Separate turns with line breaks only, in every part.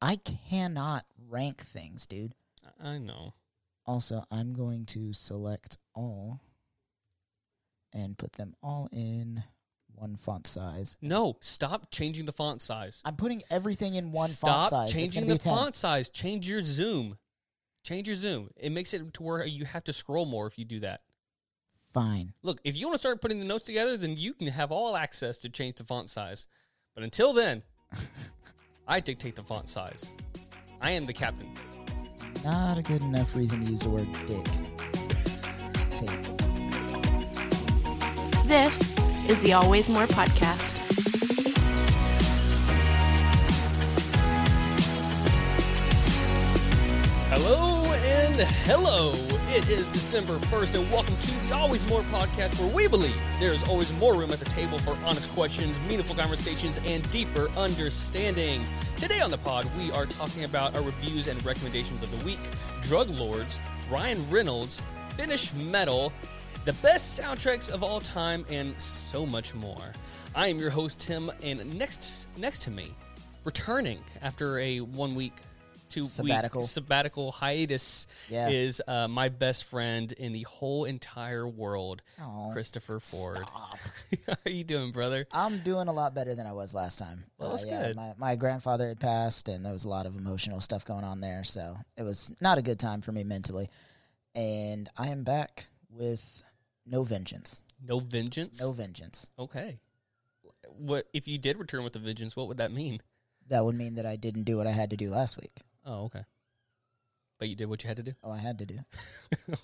I cannot rank things, dude.
I know.
Also, I'm going to select all and put them all in one font size.
No, stop changing the font size.
I'm putting everything in one font
stop
size. It's
changing
gonna
the
be a 10.
font size. Change your zoom. Change your zoom. It makes it to where you have to scroll more if you do that.
Fine.
Look, if you want to start putting the notes together, then you can have all access to change the font size. But until then, I dictate the font size. I am the captain.
Not a good enough reason to use the word dick. Take.
This is the Always More Podcast.
Hello and hello. It is December 1st, and welcome to the Always More podcast, where we believe there is always more room at the table for honest questions, meaningful conversations, and deeper understanding. Today on the pod, we are talking about our reviews and recommendations of the week, Drug Lords, Ryan Reynolds, Finnish Metal, the best soundtracks of all time, and so much more. I am your host, Tim, and next next to me, returning after a one week, two
Sabbatical.
week sabbatical hiatus,
Yeah.
is uh, my best friend in the whole entire world,
Aw,
Christopher Ford.
Oh, stop.
How are you doing, brother?
I'm doing a lot better than I was last time. Uh,
Well, that's
yeah,
good.
My, my grandfather had passed, and there was a lot of emotional stuff going on there. So it was not a good time for me mentally. And I am back with no vengeance.
No vengeance.
No vengeance.
Okay. What if you did return with a vengeance? What would that mean?
That would mean that I didn't do what I had to do last week.
Oh, okay. But you did what you had to do.
Oh, I had to do.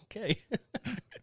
okay.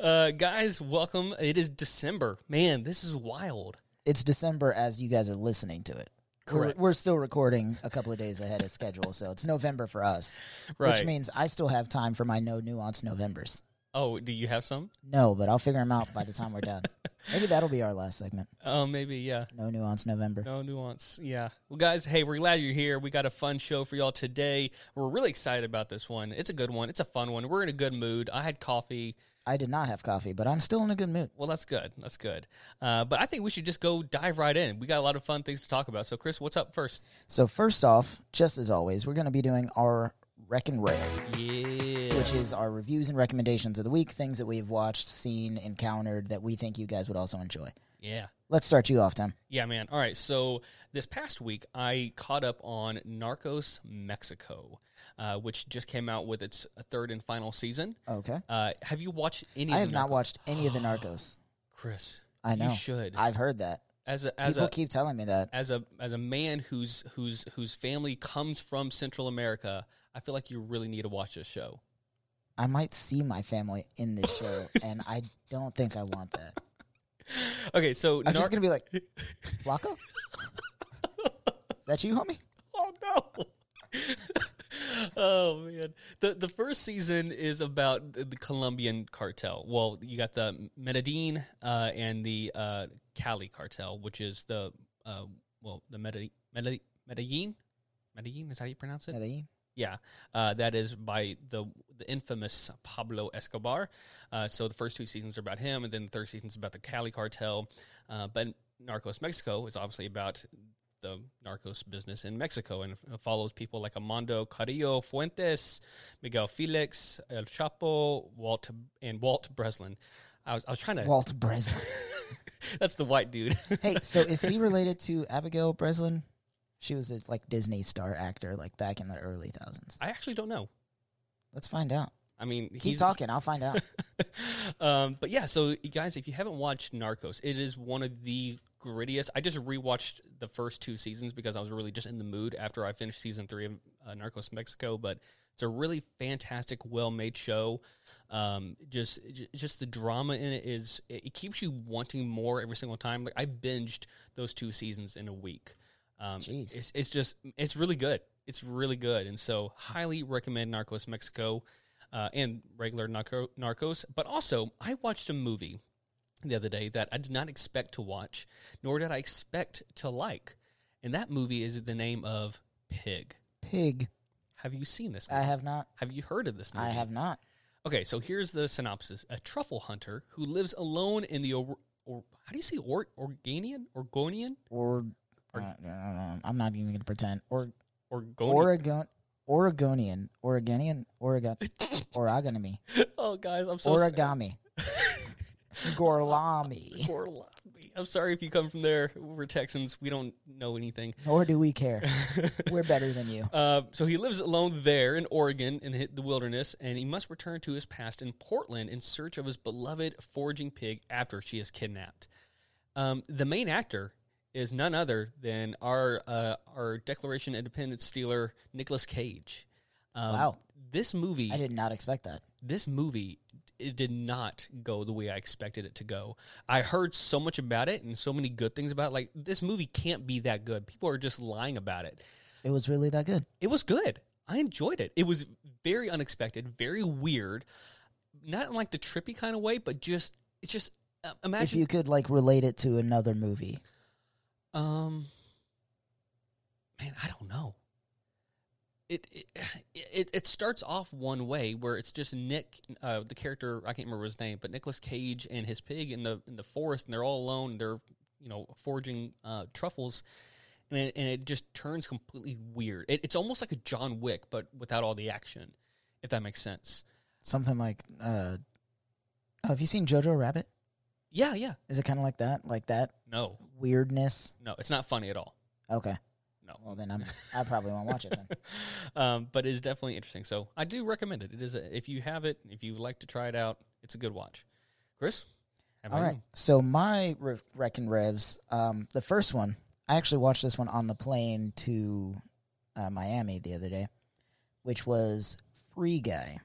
uh, guys, welcome. It is December. Man, this is wild.
It's December as you guys are listening to it. We're-
Correct.
We're, still recording a couple of days ahead of schedule, so it's November for us,
Right.
which means I still have time for my no nuance Novembers.
oh, do you have some?
No, but I'll figure them out by the time we're done. Maybe that'll be our last segment.
Oh, maybe, yeah.
No nuance November.
No nuance. Yeah. Well, guys, hey, we're glad you're here. We got a fun show for y'all today. We're really excited about this one. It's a good one. It's a fun one. We're in a good mood. I had coffee.
I did not have coffee, but I'm still in a good mood.
Well, that's good. That's good. Uh, but I think we should just go dive right in. We got a lot of fun things to talk about. So, Chris, what's up first?
So first off, just as always, we're going to be doing our wreck and rail,
Yeah.
which is our reviews and recommendations of the week, things that we've watched, seen, encountered that we think you guys would also enjoy.
Yeah.
Let's start you off, Tim.
Yeah, man. All right. So this past week, I caught up on Narcos Mexico, uh, which just came out with its third and final season.
Okay.
Uh, have you watched any?
I
of
have
the
not
Narco-
watched any of the Narcos.
Chris.
I know.
You should.
I've heard that.
as a as
People
a
keep telling me that.
as a as a man whose whose whose family comes from Central America, I feel like you really need to watch this show.
I might see my family in this show, and I don't think I want that.
Okay, so
I'm just
Nar-
gonna be like, Flacco? Is that you, homie?
Oh no. oh man. The the first season is about the, the Colombian cartel. Well, you got the Medellin uh, and the uh, Cali cartel, which is the uh, well, the Medellin Medellin Medellin, Medellin is how you pronounce it.
Medellin?
Yeah, uh, that is by the the infamous Pablo Escobar. Uh, so the first two seasons are about him, and then the third season is about the Cali cartel. Uh, but Narcos Mexico is obviously about the narcos business in Mexico and f- follows people like Armando Carrillo Fuentes, Miguel Felix, El Chapo, Walt, and Walt Breslin. I was, I was trying to.
Walt Breslin.
That's the white dude.
Hey, so is he related to Abigail Breslin? She was a like Disney star actor, like back in the early thousands.
I actually don't know.
Let's find out.
I mean,
Keep talking. I'll find out.
um, but yeah, so you guys, if you haven't watched Narcos, it is one of the grittiest. I just rewatched the first two seasons because I was really just in the mood after I finished season three of uh, Narcos Mexico. But it's a really fantastic, well-made show. Um, just, j- just the drama in it is it, it keeps you wanting more every single time. Like I binged those two seasons in a week. Um,
Jeez.
It's, it's just it's really good. It's really good, and so highly recommend Narcos Mexico uh, and regular narco- Narcos. But also, I watched a movie the other day that I did not expect to watch, nor did I expect to like, and that movie is the name of Pig.
Pig.
Have you seen this? Movie?
I have not.
Have you heard of this movie?
I have not.
Okay, so here's the synopsis: A truffle hunter who lives alone in the or, or how do you say or, Organian Oregonian
uh, Or I- I don't know. I'm not even going to pretend. Or
Oregonian.
Oregon, Oregonian, Oregonian, Oregon, origami,
oh, guys, I'm so sorry.
origami, gorlami.
Origami. I'm sorry if you come from there. We're Texans. We don't know anything.
Nor do we care. We're better than you.
Uh, so he lives alone there in Oregon in hi- the wilderness, and he must return to his past in Portland in search of his beloved foraging pig after she is kidnapped. Um, the main actor is none other than our uh, our Declaration of Independence stealer Nicolas Cage. Um,
Wow.
This movie,
I did not expect that.
this movie, it did not go the way I expected it to go. I heard so much about it and so many good things about. it. Like this movie can't be that good. People are just lying about it
It was really that good.
it was good. I enjoyed it. It was very unexpected, very weird, not in like the trippy kind of way, but just it's just uh,
If
imagine.
you could like relate it to another movie,
um, man, I don't know. It it, it it starts off one way where it's just Nick, uh, the character I can't remember his name, but Nicolas Cage and his pig in the in the forest, and they're all alone. And they're you know foraging uh, truffles, and it, and it just turns completely weird. It, it's almost like a John Wick, but without all the action, if that makes sense.
something like, uh, oh, have you seen Jojo Rabbit?
Yeah, yeah.
Is it kind of like that? Like that
No,
weirdness?
no, it's not funny at all.
Okay.
No.
Well, then I'm, I probably won't watch it then.
um, but it's definitely interesting. So I do recommend it. It is a, if you have it, if you like to try it out, it's a good watch. Chris, have
All
my
right.
own.
So my re- Wreck and Revs, um, the first one, I actually watched this one on the plane to uh, Miami the other day, which was Free Guy.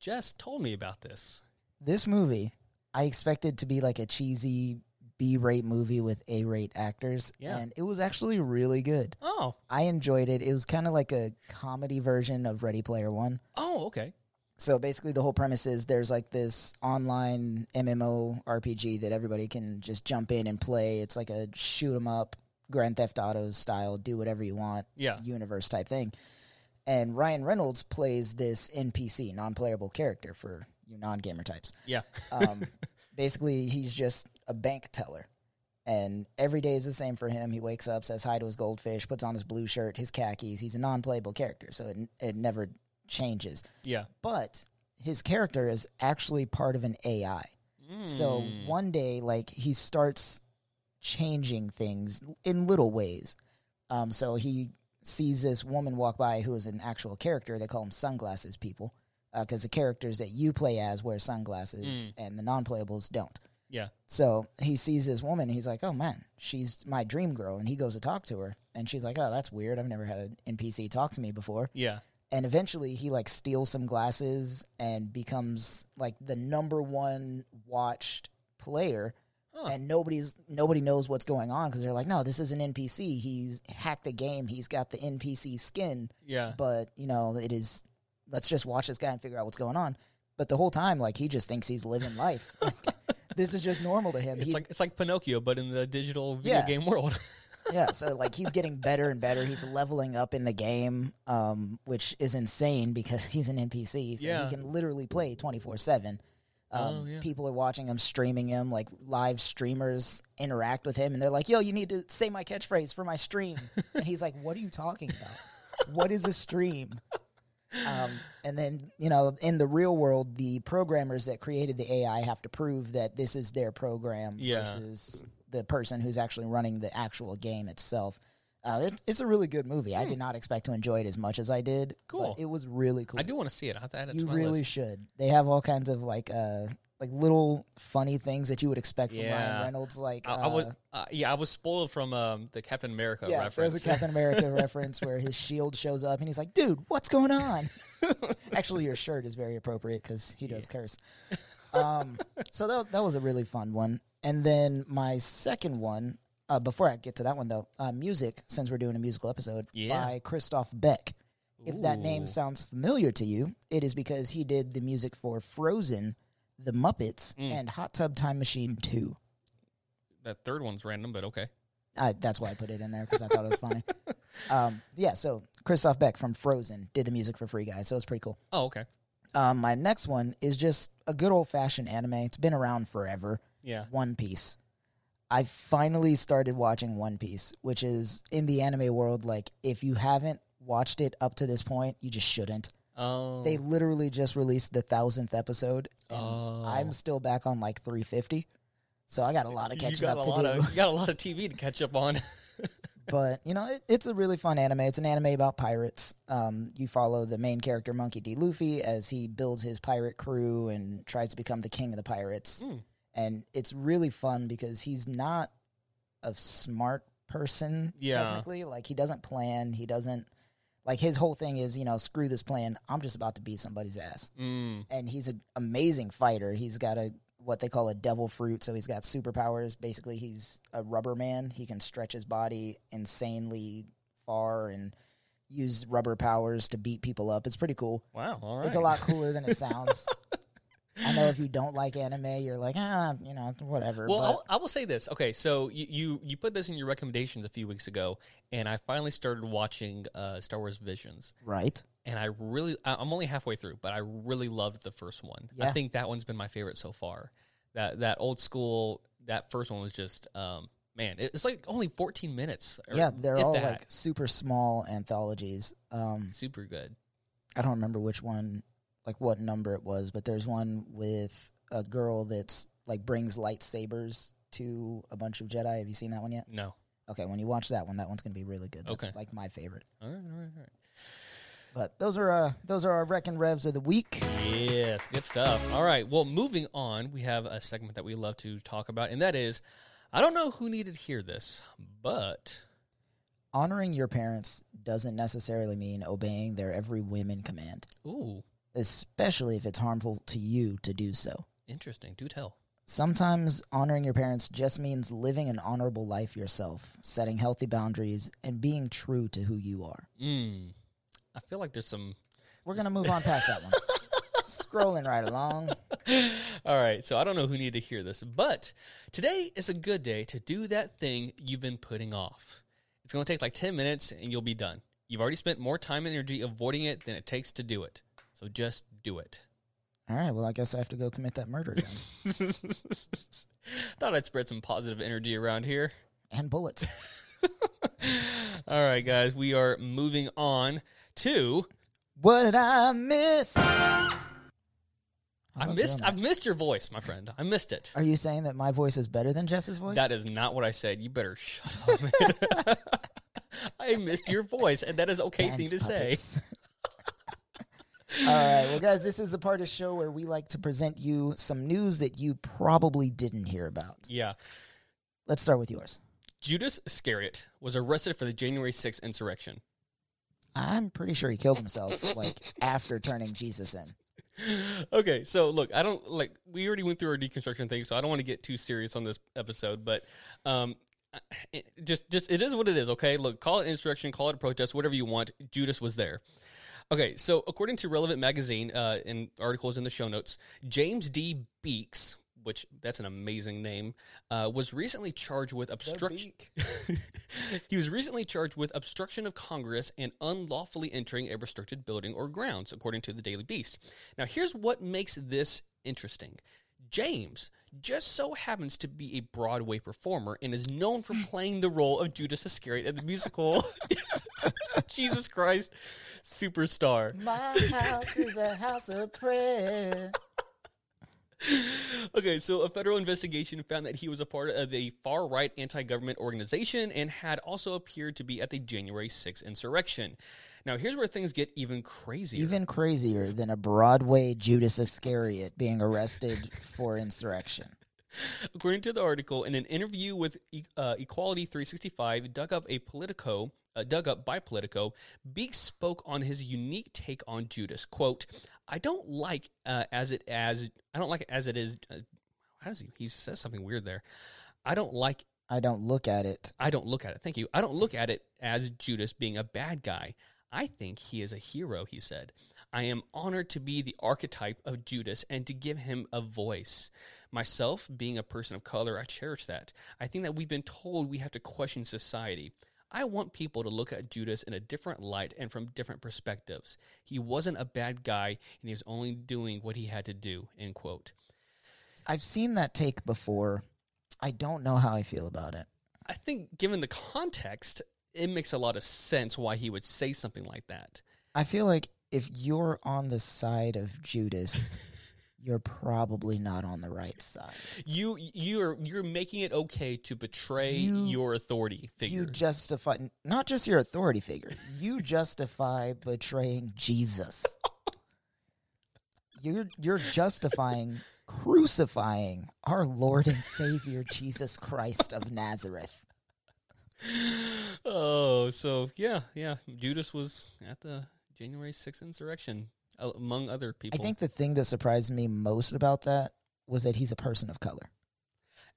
Jess told me about this.
This movie, I expected to be like a cheesy B-rate movie with A-rate actors,
Yeah.
and it was actually really good.
Oh,
I enjoyed it. It was kind of like a comedy version of Ready Player One.
oh, okay.
So basically, the whole premise is there's like this online MMO RPG that everybody can just jump in and play. It's like a shoot 'em up, Grand Theft Auto style, do whatever you want,
Yeah.
universe type thing. And Ryan Reynolds plays this NPC, non playable character for you non gamer types.
Yeah.
Um, basically, he's just a bank teller. And every day is the same for him. He wakes up, says hi to his goldfish, puts on his blue shirt, his khakis. He's a non playable character, so it, it never changes
Yeah.
but his character is actually part of an AI. So
Mm.
one day, like he starts changing things in little ways. Um, so he sees this woman walk by who is an actual character. They call them sunglasses people because the characters that you play as wear sunglasses
Mm.
and the non-playables don't.
Yeah.
So he sees this woman. He's like, "Oh man, she's my dream girl." And he goes to talk to her, and she's like, "Oh, that's weird. I've never had an NPC talk to me before."
Yeah.
and eventually he like steals some glasses and becomes like the number one watched player
Huh.
and nobody's nobody knows what's going on because they're like no this is an npc he's hacked the game he's got the npc skin
yeah.
but you know it is let's just watch this guy and figure out what's going on but the whole time like he just thinks he's living life like, this is just normal to him
It's
he's
like it's like Pinocchio, but in the digital video
Yeah.
game world.
yeah so like he's getting better and better he's leveling up in the game um, which is insane because he's an npc so
Yeah.
he can literally play 24-7 um,
Oh, yeah.
people are watching him streaming him like live streamers interact with him and they're like yo you need to say my catchphrase for my stream and he's like what are you talking about what is a stream um, and then you know in the real world the programmers that created the ai have to prove that this is their program
Yeah.
versus the person who's actually running the actual game itself uh, it, it's a really good movie i did not expect to enjoy it as much as i did
Hmm. Cool.
but it was really cool
I do want to see it. I have to add it
you
to my
really
list.
should they have all kinds of like uh like little funny things that you would expect from
Yeah.
ryan reynolds like
I,
uh,
I was uh, yeah, I was spoiled from um, the Captain America
yeah,
reference.
there's a Captain America reference where his shield shows up and he's like, dude, what's going on? Actually, your shirt is very appropriate because he does curse. Um, so that, that was a really fun one. And then my second one, uh, before I get to that one though, uh, music, since we're doing a musical episode,
Yeah.
by Christoph Beck. If that
Ooh.
name sounds familiar to you, it is because he did the music for Frozen, The Muppets,
Mm.
and Hot Tub Time Machine 2.
that third one's random, but okay.
I, that's why I put it in there because I thought it was funny. Um, yeah, so Christoph Beck from Frozen did the music for Free Guy, so it's pretty cool.
Oh, okay.
Um, my next one is just a good old fashioned anime. It's been around forever.
Yeah.
One Piece. I finally started watching One Piece, which is in the anime world. Like, if you haven't watched it up to this point, you just shouldn't.
Oh,
They literally just released the thousandth episode. and
Oh.
I'm still back on like 350, so I got a lot of
you
catching
got
up
a
to
lot
do.
of you got a lot of TV to catch up on.
but you know, it, it's a really fun anime. It's an anime about pirates. Um, you follow the main character Monkey D. Luffy as he builds his pirate crew and tries to become the king of the pirates.
Hmm.
And it's really fun because he's not a smart person.
Yeah.
technically, like he doesn't plan. He doesn't like his whole thing is you know screw this plan. I'm just about to beat somebody's ass.
mm,
And he's an amazing fighter. He's got a what they call a devil fruit, so he's got superpowers. Basically, he's a rubber man. He can stretch his body insanely far and use rubber powers to beat people up. It's pretty cool.
wow, all right.
It's a lot cooler than it sounds. I know if you don't like anime, you're like, ah, you know, whatever.
Well,
but
I'll, I will say this. Okay, so you, you you put this in your recommendations a few weeks ago, and I finally started watching uh, Star Wars Visions,
right.
and I really I- I'm only halfway through, but I really loved the first one. I
Yeah.
think that one's been my favorite so far. That that old school that first one was just um, man, it- it's like only 14 minutes. or
Yeah, they're
if
all
that.
like super small anthologies. Um,
super good.
I don't remember which one, like what number it was, but there's one with a girl that's like brings lightsabers to a bunch of Jedi. Have you seen that one yet?
No,
Okay, when you watch that one, that one's gonna be really good. That's
Okay.
like my favorite.
all right, all right, all right.
But those are uh those are our wreck and revs of the week.
Yes, good stuff. All right. Well, moving on, we have a segment that we love to talk about, and that is I don't know who needed to hear this, but
Honoring your parents doesn't necessarily mean obeying their every whim and command,
ooh,
especially if it's harmful to you to do so.
interesting. Do tell.
Sometimes honoring your parents just means living an honorable life yourself, setting healthy boundaries, and being true to who you are.
Mm. I feel like there's some.
We're gonna move on past that one. Scrolling right along.
All right. So I don't know who needed to hear this, but today is a good day to do that thing you've been putting off. It's going to take like 10 minutes and you'll be done. You've already spent more time and energy avoiding it than it takes to do it. So just do it.
All right. Well, I guess I have to go commit that murder then.
Thought I'd spread some positive energy around here.
and bullets.
All right, guys, we are moving on to.
What did I miss? I
I
love
missed.
doing
I
that.
missed your voice, my friend. I missed it.
Are you saying that my voice is better than Jess's voice?
That is not what I said. You better shut up. man. I missed your voice, and that is okay thing to say.
say. All right, well, guys, this is the part of the show where we like to present you some news that you probably didn't hear about.
Yeah,
Let's start with yours.
Judas Iscariot was arrested for the January 6th insurrection.
I'm pretty sure he killed himself, like after turning Jesus in.
okay, so look, I don't like we already went through our deconstruction thing, so I don't want to get too serious on this episode, but um it, just just it is what it is, okay? Look, call it insurrection, call it a protest, whatever you want. Judas was there. Okay, so according to Relevant Magazine, uh, and articles in the show notes, James D. Beeks, which that's an amazing name, uh, was recently charged with obstruction. he was recently charged with obstruction of Congress and unlawfully entering a restricted building or grounds, according to the Daily Beast. Now, here's what makes this interesting. James just so happens to be a Broadway performer and is known for playing the role of Judas Iscariot in the musical Jesus Christ Superstar.
My house is a house of prayer.
Okay, so a federal investigation found that he was a part of the far right anti government organization and had also appeared to be at the January 6th insurrection. Now, here's where things get even crazier.
Even crazier than a Broadway Judas Iscariot being arrested for insurrection.
According to the article, in an interview with E- uh, Equality 365, dug up a Politico, uh, dug up by Politico, Beeks spoke on his unique take on Judas. "Quote: I don't like uh, as it as I don't like it as it is. Uh, how does he? He says something weird there. I don't like
I don't look at it.
I don't look at it. Thank you. I don't look at it as Judas being a bad guy. I think he is a hero, he said. I am honored to be the archetype of Judas and to give him a voice. Myself, being a person of color, I cherish that. I think that we've been told we have to question society. I want people to look at Judas in a different light and from different perspectives. He wasn't a bad guy and he was only doing what he had to do, end quote.
I've seen that take before. I don't know how I feel about it.
I think, given the context, it makes a lot of sense why he would say something like that.
I feel like if you're on the side of Judas, you're probably not on the right side.
You you're you're making it okay to betray
You-
your authority figure.
You justify not just your authority figure. You justify betraying Jesus. You're you're justifying crucifying our Lord and Savior Jesus Christ of Nazareth.
oh, so yeah, yeah. Judas was at the January 6th insurrection a- among other
I
people.
think the thing that surprised me most about that was that he's a person of color.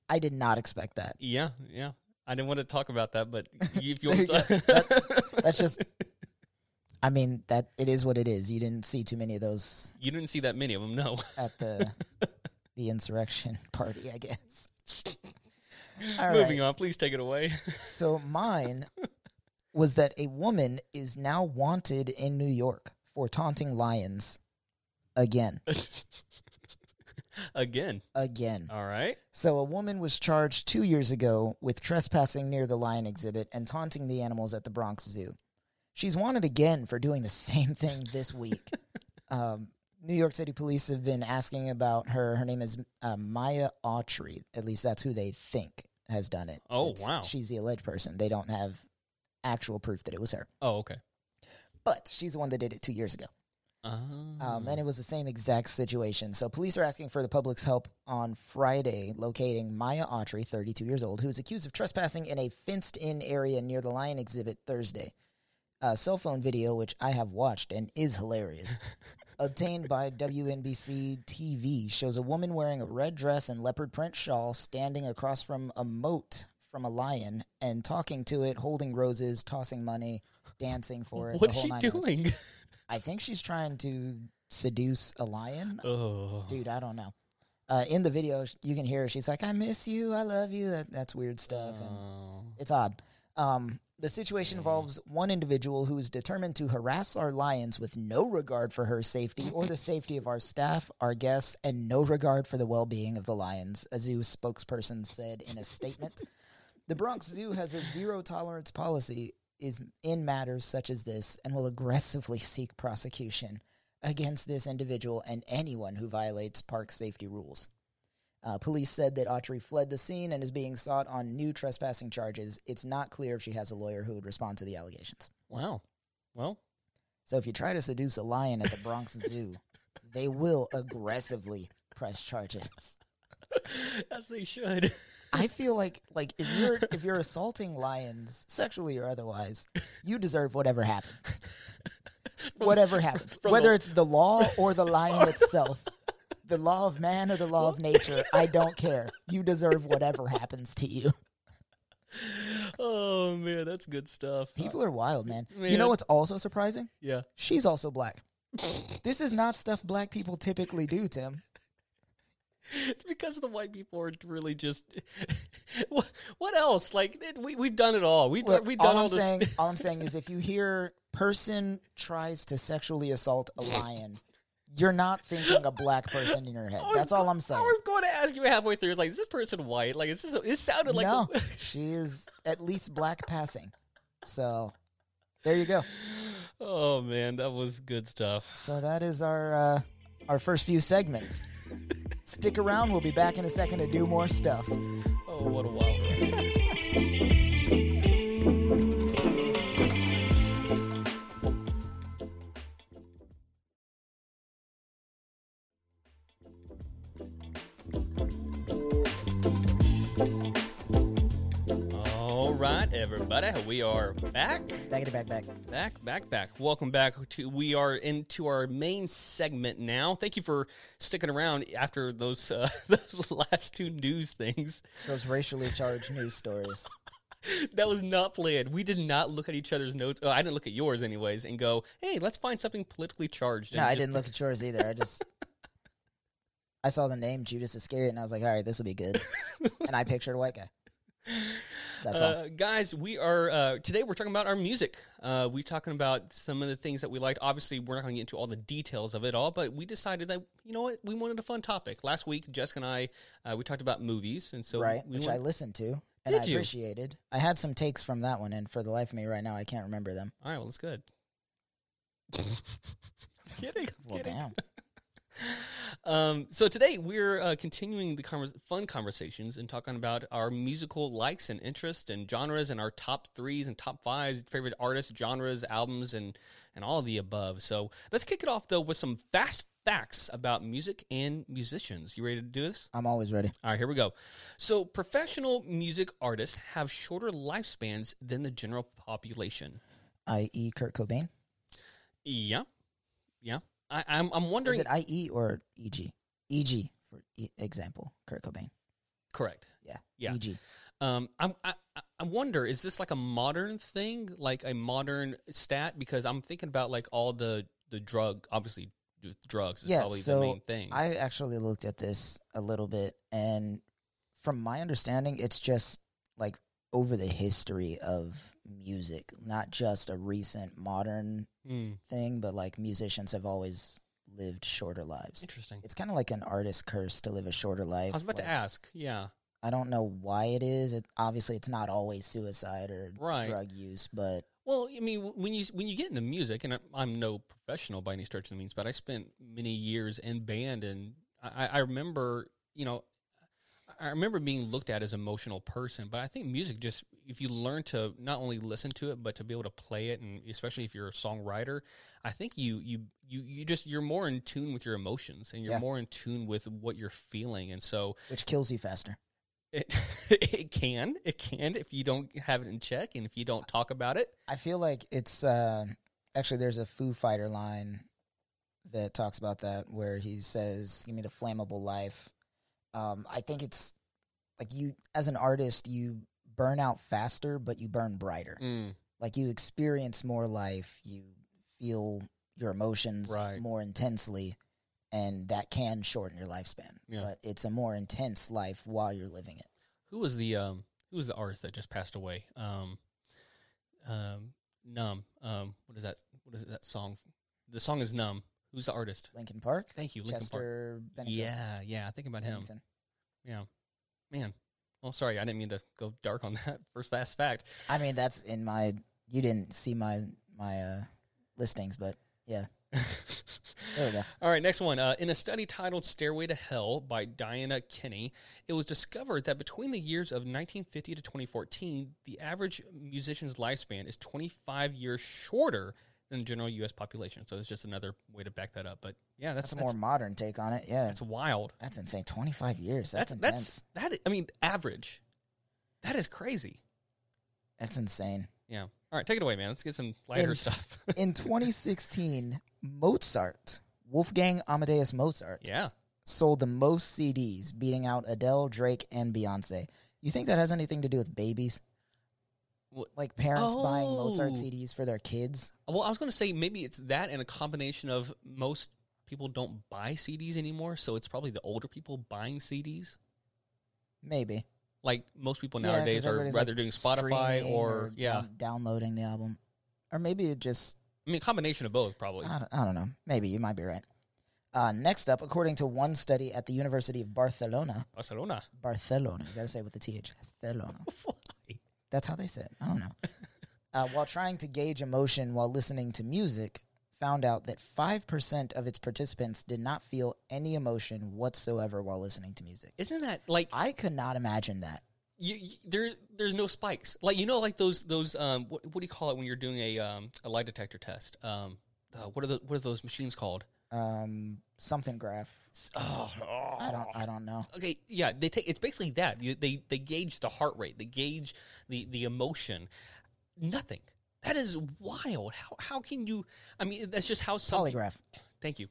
I did not expect that.
yeah, yeah. I didn't want to talk about that, but if you
There
want
you
to
That's just I mean that it is what it is. You didn't see too many of those
You didn't see that many of them, no.
at the the insurrection party, I guess. All
Moving
right.
on, please take it away.
So mine was that a woman is now wanted in New York for taunting lions again.
Again.
Again.
All right.
So a woman was charged two years ago with trespassing near the lion exhibit and taunting the animals at the Bronx Zoo. She's wanted again for doing the same thing this week. um, New York City police have been asking about her. Her name is uh, Maya Autry. At least that's who they think has done it.
Oh, wow.
She's the alleged person. They don't have actual proof that it was her,
Oh, okay.
but she's the one that did it two years ago. Um,
Mm.
and it was the same exact situation. So police are asking for the public's help on Friday, locating Maya Autry, 32 years old, who's accused of trespassing in a fenced-in area near the lion exhibit Thursday. A cell phone video, which I have watched and is hilarious, obtained by WNBC TV, shows a woman wearing a red dress and leopard print shawl standing across from a moat from a lion and talking to it, holding roses, tossing money, dancing for it. the
What's
whole
she
nine yards.
doing?
I think she's trying to seduce a lion.
oh.
Dude, I don't know. Uh, in the video, sh- you can hear her. she's like, "I miss you, I love you." That, that's weird stuff, and
Oh.
it's odd. Um, the situation involves one individual who is determined to harass our lions with no regard for her safety or the safety of our staff, our guests, and no regard for the well-being of the lions. A zoo spokesperson said in a statement. The Bronx Zoo has a zero tolerance policy is in matters such as this and will aggressively seek prosecution against this individual and anyone who violates park safety rules. Uh, police said that Autry fled the scene and is being sought on new trespassing charges. It's not clear if she has a lawyer who would respond to the allegations.
Wow. Well,
So if you try to seduce a lion at the Bronx Zoo, they will aggressively press charges.
as they should.
I feel like like if you're if you're assaulting lions sexually or otherwise, you deserve whatever happens. Whatever happens,
from
whether
the-
it's the law or the lion itself, the law of man or the law of nature, I don't care. You deserve whatever happens to you.
Oh man, that's good stuff.
People are wild, man. You know
Man.
what's also surprising?
yeah.
She's also black. This is not stuff black people typically do, Tim.
It's because the white people are really just. what, what else? Like it, we we've done it all. We've
Look,
done, we've
all
done all,
I'm
this.
saying, all I'm saying is, if you hear person tries to sexually assault a lion, you're not thinking a black person in your head.
I was
That's all
go-
I'm saying.
I was going to ask you halfway through. Like, is this person white? Like, is this? It sounded like.
no, she is at least black passing. So there you go.
oh man, that was good stuff.
So that is our uh, our first few segments. Stick around. We'll be back in a second to do more stuff.
Oh, what a wild ride. All right, everybody, we are back,
Back it back back.
back, back, back. Welcome back to. We are into our main segment now. Thank you for sticking around after those uh, those last two news things.
Those racially charged news stories.
That was not planned. We did not look at each other's notes. Oh, I didn't look at yours, anyways, and go, "Hey, let's find something politically charged."
No,
and
I
just-
didn't look at yours either. I just I saw the name Judas Iscariot and I was like, all right, this will be good. and I pictured a white guy. That's all.
Uh, guys, we are uh, today. We're talking about our music. Uh, we're talking about some of the things that we liked. Obviously, we're not going to get into all the details of it all, but we decided that you know what we wanted a fun topic. Last week, Jessica and I uh, we talked about movies, and so
right,
we
which I
want-
listened to and that
Did
I
you?
appreciated. I had some takes from that one, and for the life of me right now, I can't remember them.
All right, well, that's good. kidding. I'm
Well,
kidding.
damn.
Um, so today we're uh, continuing the convers- fun conversations and talking about our musical likes and interests and genres and our top threes and top fives, favorite artists, genres, albums, and and all of the above. So let's kick it off though with some fast facts about music and musicians. You ready to do this?
I'm always ready.
All right, here we go. So professional music artists have shorter lifespans than the general population.
I.e. E Kurt Cobain.
Yeah, yeah. I, I'm I'm wondering.
Is it I.E. or E.G.? E.G. for e- example, Kurt Cobain. E
correct.
Yeah.
Yeah.
E.G.
Um, I'm, I I- I wonder is this like a modern thing, like a modern stat? Because I'm thinking about like all the the drug, obviously d- drugs is
Yeah,
probably
so
the main thing.
I actually looked at this a little bit, and from my understanding, it's just like over the history of music, not just a recent modern
Hmm,
thing, but like musicians have always lived shorter lives.
interesting.
It's kind of like an artist curse to live a shorter
I
life.
was about to
like,
ask. Yeah,
I don't know why it is. It, obviously, it's not always suicide or
Right.
drug use, but
Well, I mean, w- when you when you get into music, and I- I'm no professional by any stretch of the means, but I spent many years in band, and I, I- I remember, you know, I remember being looked at as emotional person. But I think music just, if you learn to not only listen to it, but to be able to play it, and especially if you're a songwriter, I think you you you you just you're more in tune with your emotions, and you're
Yeah.
more in tune with what you're feeling, and so
which kills you faster.
it it can it can if you don't have it in check, and if you don't talk about it.
I feel like it's uh, actually there's a Foo Fighter line that talks about that where he says, "Give me the flammable life." Um, I think it's like you as an artist, you burn out faster, but you burn brighter.
Mm.
Like you experience more life, you feel your emotions
Right.
more intensely, and that can shorten your lifespan.
Yeah.
But it's a more intense life while you're living it.
who was the um who was the artist that just passed away? Um, um, numb. Um, what is that? What is that song? The song is numb. Who's the artist?
Lincoln Park.
Thank you, Lincoln Park.
Chester Benningfield.
Yeah, yeah. I think about him.
Bennington.
Yeah, man. Well, sorry, I didn't mean to go dark on that. First fast fact.
I mean, that's in my. You didn't see my my uh, listings, but yeah, there we go.
All right, next one. Uh, in a study titled Stairway to Hell by Diana Kinney, it was discovered that between the years of 1950 to 2014, the average musician's lifespan is 25 years shorter than the general U.S. population. So it's just another way to back that up. But yeah, that's
That's a
that's,
more modern take on it. Yeah,
that's wild.
that's insane. Twenty five years. That's,
That's
intense.
that's that. I- I mean, average. That is crazy.
That's, insane.
Yeah. All right, take it away, man. Let's get some lighter
And-
stuff.
In 2016, Mozart, Wolfgang Amadeus Mozart,
yeah.
sold the most CDs, beating out Adele, Drake, and Beyonce. You think that has anything to do with babies?
What-
Like parents buying Mozart
Oh.
CDs for their kids?
Well, I was going to say maybe it's that and a combination of most people don't buy CDs anymore, so it's probably the older people buying CDs.
Maybe.
Like most people
Yeah, 'cause
nowadays are
everybody's,
rather
like,
doing Spotify
streaming
or, yeah,
down- downloading the album, or maybe it just
I mean a combination of both probably.
I don't, I don't know. Maybe you might be right. Uh, next up, according to one study at the University of Barcelona,
Barcelona.
Barcelona, you gotta say it with the th, Barcelona. That's how they say it. I don't know. Uh, while trying to gauge emotion while listening to music, found out that five percent of its participants did not feel any emotion whatsoever while listening to music.
Isn't that like
I could not imagine that.
you, you, there? There's no spikes. Like you know, like those those um, what, what do you call it when you're doing a um, a lie detector test? Um, uh, what are the what are those machines called?
Um, something graph.
Oh,
I don't. I don't know.
okay yeah they take it's basically that you, they they gauge the heart rate they gauge the the emotion nothing that is wild how how can you i mean that's just how something
Polygraph.
thank you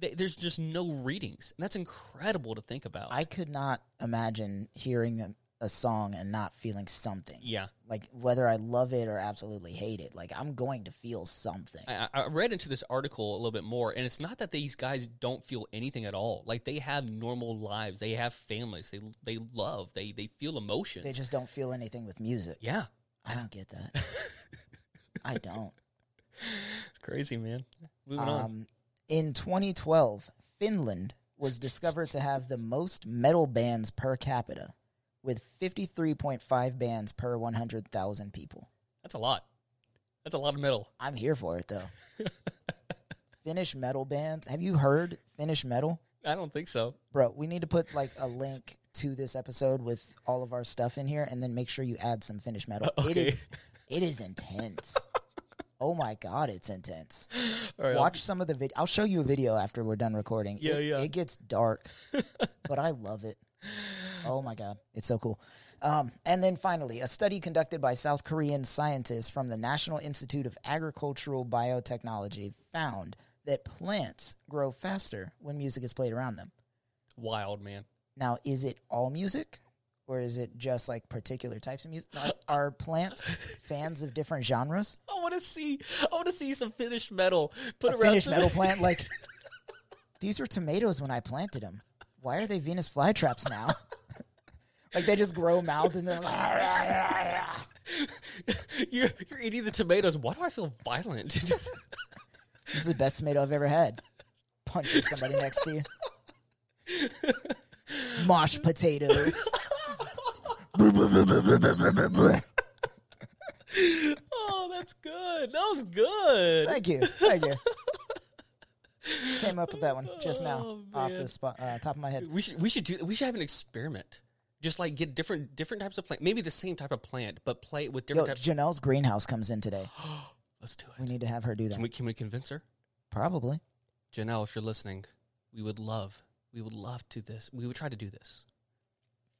Th- there's just no readings and that's incredible to think about
I could not imagine hearing a, a song and not feeling something.
yeah
Like whether I love it or absolutely hate it, like I'm going to feel something.
I, I I read into this article a little bit more, and it's not that these guys don't feel anything at all. Like they have normal lives, they have families, they they love, they they feel emotions.
they just don't feel anything with music.
yeah,
I don't get that. I don't.
it's crazy, man. Moving on.
Um, in 2012, Finland was discovered to have the most metal bands per capita, with 53.5 bands per 100,000 people.
That's a lot. That's a lot of metal.
I'm here for it though. Finnish metal band. Have you heard Finnish metal?
I don't think so.
Bro, we need to put like a link to this episode with all of our stuff in here and then make sure you add some Finnish metal. It is
Okay.
it is intense. oh my god, it's intense.
All right, I'll-
Watch some of the video. I'll show you a video after we're done recording.
Yeah,
it,
yeah.
It gets dark, but I love it. Oh my god, it's so cool. Um, and then finally, a study conducted by South Korean scientists from the National Institute of Agricultural Biotechnology found that plants grow faster when music is played around them.
wild, man.
Now, is it all music? Or is it just like particular types of music? Are, are plants fans of different genres?
I want to see. I want to see some Finnish metal. Put
a
around
Finnish
to
metal
the-
plant. Like these were tomatoes when I planted them. Why are they Venus flytraps now? like they just grow mouths and they're like,
you're you're eating the tomatoes. Why do I feel violent?
this is the best tomato I've ever had. Punches somebody next to you. Mosh potatoes.
oh, that's good. That was good.
Thank you. Thank you. Came up with that one just now
Oh,
off
man.
the spot, uh, top of my head.
We should we should do we should have an experiment. Just like get different different types of plant, maybe the same type of plant, but play it with
Yo,
different types.
Janelle's greenhouse comes in today.
Let's do
We
it.
need to have her do that.
Can we can we convince her,
Probably.
Janelle? If you're listening, we would love we would love to this. We would try to do this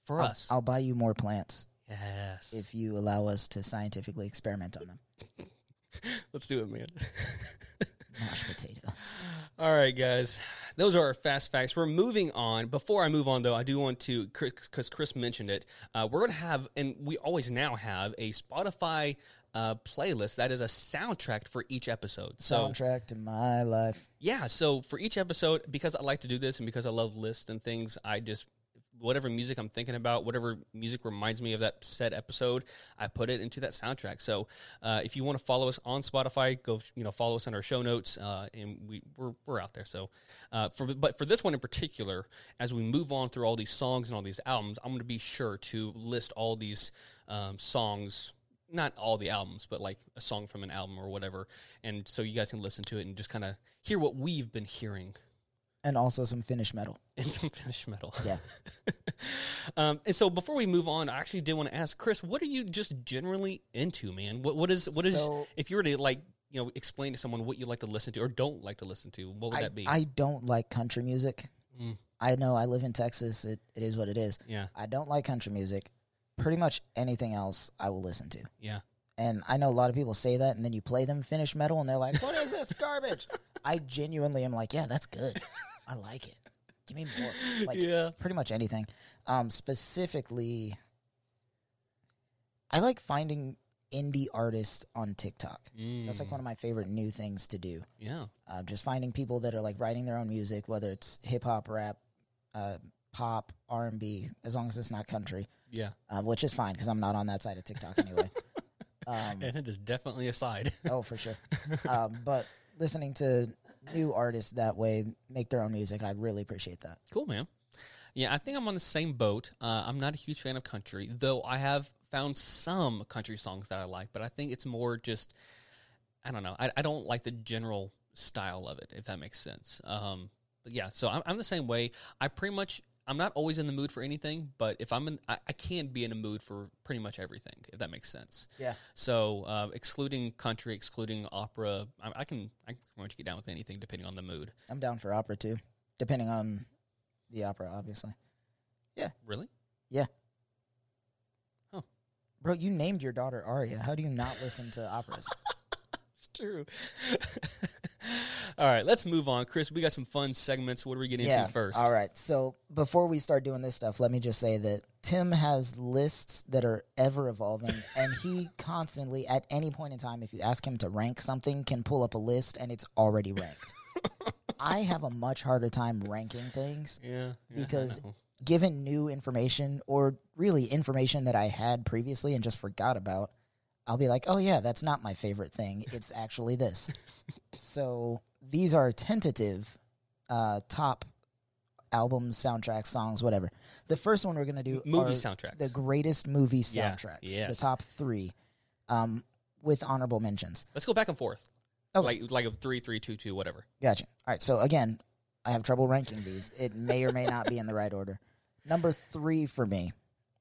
for
I'll-
us.
I'll buy you more plants.
yes.
if you allow us to scientifically experiment on them.
Let's do it, man.
Mashed potatoes.
All right, guys. Those are our fast facts. We're moving on. Before I move on, though, I do want to, because Chris mentioned it, uh, we're going to have, and we always now have, a Spotify uh, playlist that is a soundtrack for each episode. So,
Soundtrack to my life.
yeah, so for each episode, because I like to do this and because I love lists and things, I just, whatever music I'm thinking about, whatever music reminds me of that said episode, I put it into that soundtrack. So uh, if you want to follow us on Spotify, go, you know, follow us on our show notes. Uh, and we, we're, we're out there. So uh, for, but for this one in particular, as we move on through all these songs and all these albums, I'm going to be sure to list all these um, songs not all the albums, but like a song from an album or whatever. And so you guys can listen to it and just kind of hear what we've been hearing
And also some Finnish metal.
in some Finnish metal.
Yeah.
um, and so before we move on, I actually did want to ask Chris, what are you just generally into, man? What what is what is
So-
if you were to like you know explain to someone what you like to listen to or don't like to listen to, what would
I,
that be?
I don't like country music.
Mm.
I know I live in Texas. It, it is what it is.
yeah,
I don't like country music. Pretty much anything else I will listen to.
yeah,
And I know a lot of people say that, and then you play them Finnish metal, and they're like, what is this garbage? I genuinely am like, yeah, that's good. I like it. Give me more. Like,
yeah.
pretty much anything. Um, specifically, I like finding indie artists on TikTok. That's like
Mm,
one of my favorite new things to do.
yeah,
Uh, just finding people that are like writing their own music, whether it's hip hop, rap, uh, pop, R and B, as long as it's not country,
yeah.
uh, which is fine because I'm not on that side of TikTok anyway. um,
And it is definitely a side.
Oh, for sure. um, but listening to new artists that way make their own music, I really appreciate that.
Cool, man. Yeah, I think I'm on the same boat. Uh, I'm not a huge fan of country, though I have found some country songs that I like, but I think it's more just, I don't know. I, I don't like the general style of it, if that makes sense. Um, but yeah, so I'm, I'm the same way. I pretty much, I'm not always in the mood for anything, but if I'm in, I, I can be in a mood for pretty much everything, if that makes sense.
Yeah.
So, uh, excluding country, excluding opera, I, I can I can pretty much get down with anything depending on the mood.
I'm down for opera too, depending on the opera, obviously.
Really?
Bro, you named your daughter Aria. How do you not listen to operas?
It's true. All right, let's move on, Chris. We got some fun segments. What are we getting into first?
All right. So before we start doing this stuff, let me just say that Tim has lists that are ever evolving, and he constantly, at any point in time, if you ask him to rank something, can pull up a list and it's already ranked. I have a much harder time ranking things
Yeah, yeah, I
Because-
know.
given new information or really information that I had previously and just forgot about, I'll be like, oh yeah, that's not my favorite thing. It's actually this. so these are tentative uh, top albums, soundtracks, songs, whatever. The first one we're gonna do
Movie
are
soundtracks.
the greatest movie
Yeah,
soundtracks, the
yes.
top three, um, with honorable mentions.
Let's go back and forth.
Okay.
Like like a three, three, two, two, whatever.
Gotcha. All right, so again, I have trouble ranking these. It may or may not be in the right order. Number three for me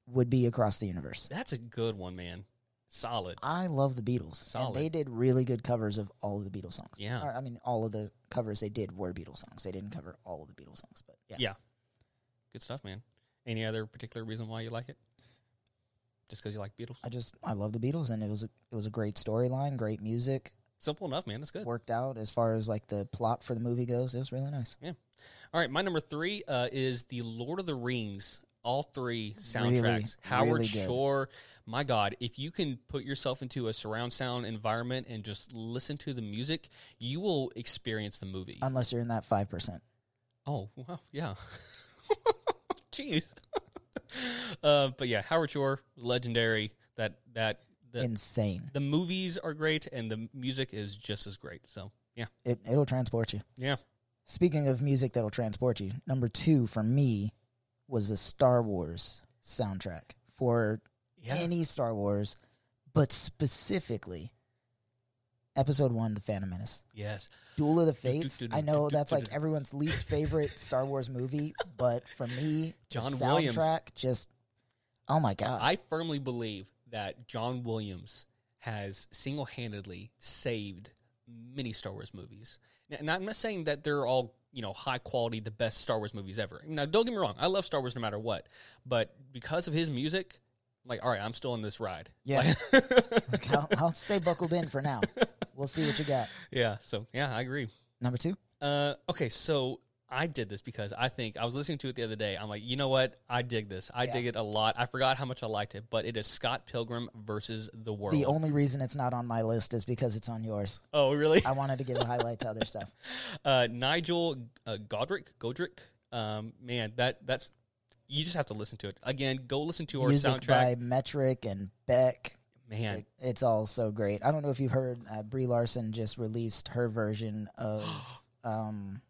would be Across the Universe.
That's a good one, man. Solid.
I love the Beatles,
Solid.
and they did really good covers of all of the Beatles songs.
Yeah.
Or, I mean, all of the covers they did were Beatles songs. They didn't cover all of the Beatles songs, but yeah.
Yeah. Good stuff, man. Any other particular reason why you like it? Just because you like Beatles?
I just I love the Beatles, and it was a, it was a great storyline, great music,
Simple enough, man. That's good.
worked out as far as like the plot for the movie goes. It was really nice.
All right, my number three uh, is the Lord of the Rings. All three soundtracks. Howard
really good.
Shore. My God, if you can put yourself into a surround sound environment and just listen to the music, you will experience the movie.
Unless you're in that five percent.
oh, wow. Yeah. Jeez. uh, but yeah, Howard Shore, legendary. That, that, the,
Insane.
the movies are great and the music is just as great. So, yeah.
It it'll transport you.
Yeah.
Speaking of music that'll transport you, number two for me was the Star Wars soundtrack for
Yeah.
any Star Wars, but specifically Episode One, The Phantom Menace.
yes.
Duel of the
Du- du-
Fates.
du-
I know
du-
that's
du-
like
du-
everyone's least favorite Star Wars movie, but for me,
John
the
Williams.
soundtrack just oh my god,
I firmly believe that John Williams has single handedly saved many Star Wars movies. Now, and I'm not saying that they're all, you know, high quality, the best Star Wars movies ever. Now, don't get me wrong. I love Star Wars no matter what. But because of his music, I'm like, all right, I'm still on this ride.
Yeah.
Like-
I'll, I'll stay buckled in for now. We'll see what you got.
yeah. So, yeah, I agree.
Number two,
Uh, okay, so I did this because I think I was listening to it the other day. I'm like, you know what? I dig this. I
Yeah.
dig it a lot. I forgot how much I liked it, but it is Scott Pilgrim versus the World.
the only reason it's not on my list is because it's on yours.
oh, really?
I wanted to give a highlight to other stuff.
Uh, Nigel uh, Godric, Godric. Um, man, that that's you just have to listen to it again. Go listen to our
Music
soundtrack,
by Metric and Beck.
man.
It- it's all so great. I don't know if you've heard. Uh, Brie Larson just released her version of um,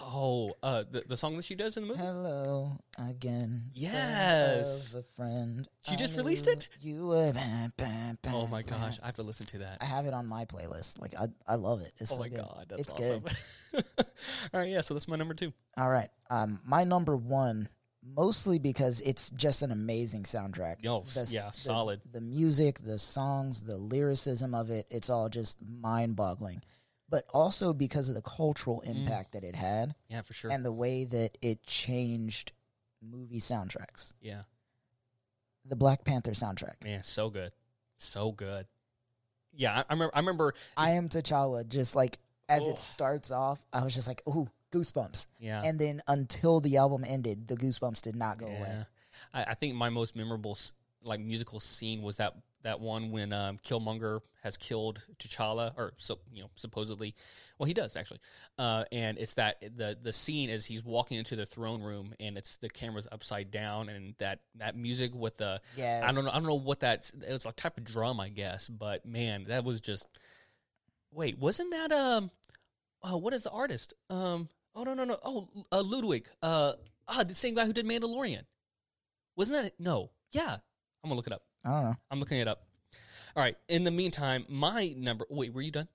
oh, uh, the the song that she does in the movie.
"Hello Again." friend
Yes.
of a friend.
She
I
just
knew
released it?
You were.
Oh my gosh, I have to listen to that.
I have it on my playlist. Like I, I love it. It's
oh
so
my
good.
god, that's
It's
awesome. All right, yeah. So that's my number two.
All right. Um, my number one, mostly because it's just an amazing soundtrack.
Oh, s- yeah, solid.
The music, the songs, the lyricism of it, it's all just mind boggling. But also because of the cultural impact that it had
Yeah, for Mm. sure.
and the way that it changed movie soundtracks.
yeah.
The Black Panther soundtrack.
Man, so good, so good. Yeah, I, I remember. I remember.
I am T'Challa, just like as
Oh.
it starts off, I was just like, ooh, goosebumps.
Yeah,
And then until the album ended, the goosebumps did not go away.
yeah. I, I think my most memorable s- like musical scene was that that one when um, Killmonger has killed T'Challa, or so you know, supposedly. Well, he does actually, uh, and it's that the the scene is he's walking into the throne room, and it's the camera's upside down, and that that music with the
Yes.
I don't know. I don't know what that's. It was a type of drum, I guess. But man, that was just. Wait, wasn't that um? Oh, what is the artist? Um. Oh no no no. Oh, uh, Ludwig. Uh. Ah, the same guy who did Mandalorian. Wasn't that it? no? Yeah, I'm gonna look it up.
I don't know.
I'm looking it up. All right. In the meantime, my number. Wait, were you done?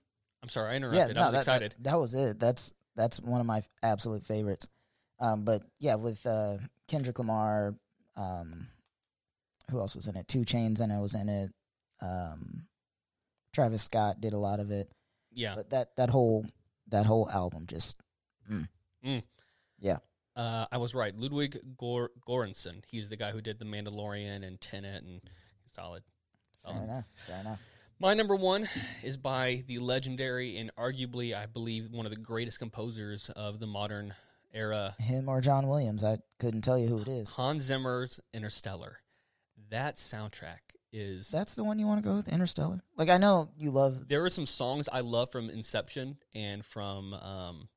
I'm sorry, I interrupted. I
that-
was
that-
excited.
That, was it. That's that's one of my f- absolute favorites. Um, but yeah, with uh, Kendrick Lamar, um, who else was in it? Two Chains, I know was in it. Um, Travis Scott did a lot of it.
yeah.
But that that whole that whole album just
Uh, I was right. Ludwig Gor- Göransson. He's the guy who did the Mandalorian and Tenet and Solid.
fair
Um,
enough. Fair enough.
My number one is by the legendary and arguably, I believe, one of the greatest composers of the modern era,
Him or John Williams, I couldn't tell you who it is.
Hans Zimmer's Interstellar. That soundtrack is.
That's the one you want to go with, Interstellar. Like I know you love.
There are some songs I love from Inception and from um,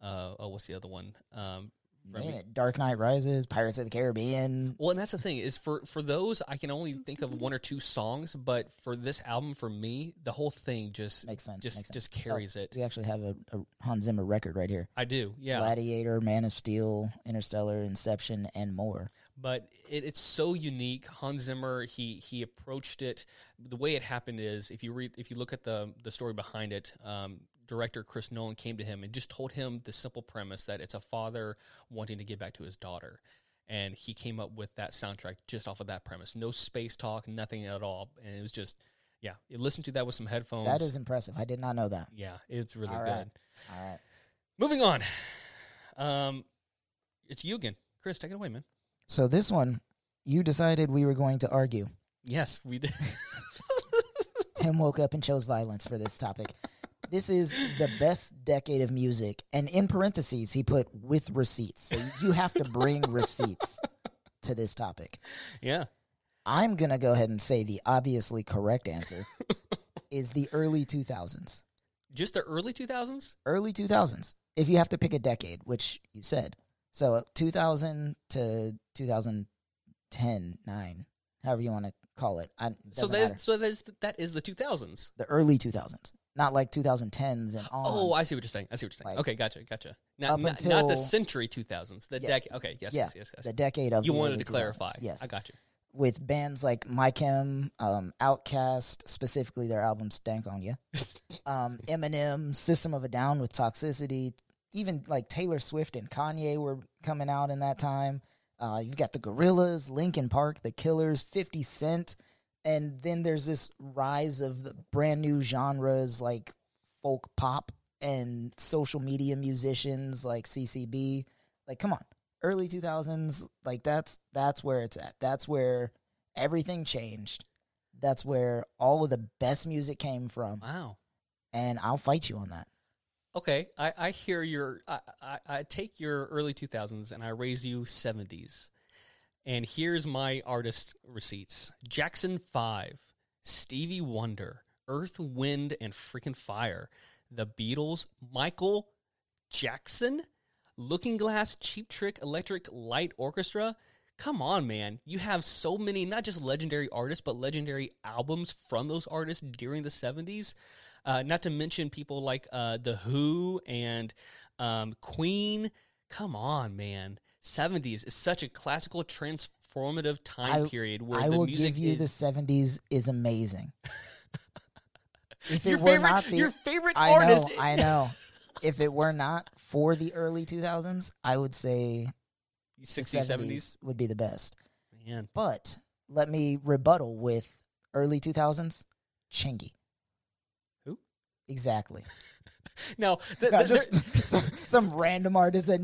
uh, oh, what's the other one? Um, Right.
Name it. Dark Knight Rises, Pirates of the Caribbean.
Well, and that's the thing is for for those I can only think of one or two songs, but for this album, for me, the whole thing just
Makes sense.
just
makes sense. Oh,
just carries it.
We actually have a, a Hans Zimmer record right here.
I do, yeah.
Gladiator, Man of Steel, Interstellar, Inception, and more.
but it, it's so unique. Hans Zimmer he he approached it the way it happened is if you read if you look at the the story behind it. Um, director Chris Nolan came to him and just told him the simple premise that it's a father wanting to give back to his daughter. And he came up with that soundtrack just off of that premise. No space talk, nothing at all. And it was just, yeah. You listen to that with some headphones.
That is impressive. I did not know that.
yeah, it's really
All
good.
right. All right.
Moving on. Um, it's you again. Chris, take it away, man.
So this one, you decided we were going to argue.
Yes, we did.
Tim woke up and chose violence for this topic. This is the best decade of music, and in parentheses, he put with receipts. So you have to bring receipts to this topic.
yeah.
I'm going to go ahead and say the obviously correct answer is the early 2000s.
Just the early 2000s?
Early 2000s, if you have to pick a decade, which you said. So 2000 to 2010, 9, however you want to call it. I,
So
doesn't
that
matter.
is, so that is that is the 2000s.
the early 2000s, not like 2010s and on.
Oh, I see what you're saying. I see what you're saying.
Like,
okay, gotcha, gotcha. Not,
up
not, not the
until-
century 2000s. The
Yeah.
decade. Okay, yes,
Yeah,
yes, yes, yes.
the decade of
You
the
wanted
early
to clarify.
2000s, yes
I got you.
with bands like my chem um outcast specifically their album stank on you um eminem system of a down with toxicity even like taylor swift and kanye were coming out in that time uh you've got the gorillas linkin park the killers 50 cent and then there's this rise of the brand new genres like folk pop and social media musicians like ccb like come on early 2000s like that's that's where it's at that's where everything changed that's where all of the best music came from
Wow.
and i'll fight you on that
Okay, I, I hear your. I, I, I take your early 2000s and I raise you 70s. And here's my artist receipts Jackson 5, Stevie Wonder, Earth, Wind, and Freaking Fire, The Beatles, Michael Jackson, Looking Glass, Cheap Trick, Electric Light Orchestra. Come on, man. You have so many, not just legendary artists, but legendary albums from those artists during the 70s. Uh, not to mention people like uh, The Who and um, Queen. Come on, man. 70s is such a classical transformative time
I-
period where
i
the
will
music
give you
is
the 70s is amazing if it
your
were
favorite,
not the
your favorite
i
artist.
know i know if it were not for the early 2000s i would say the
60s, 70s.
would be the best
Man.
but let me rebuttal with early 2000s chingy
Who?
exactly
Now, th-
Not
th- there-
just some, some random artist that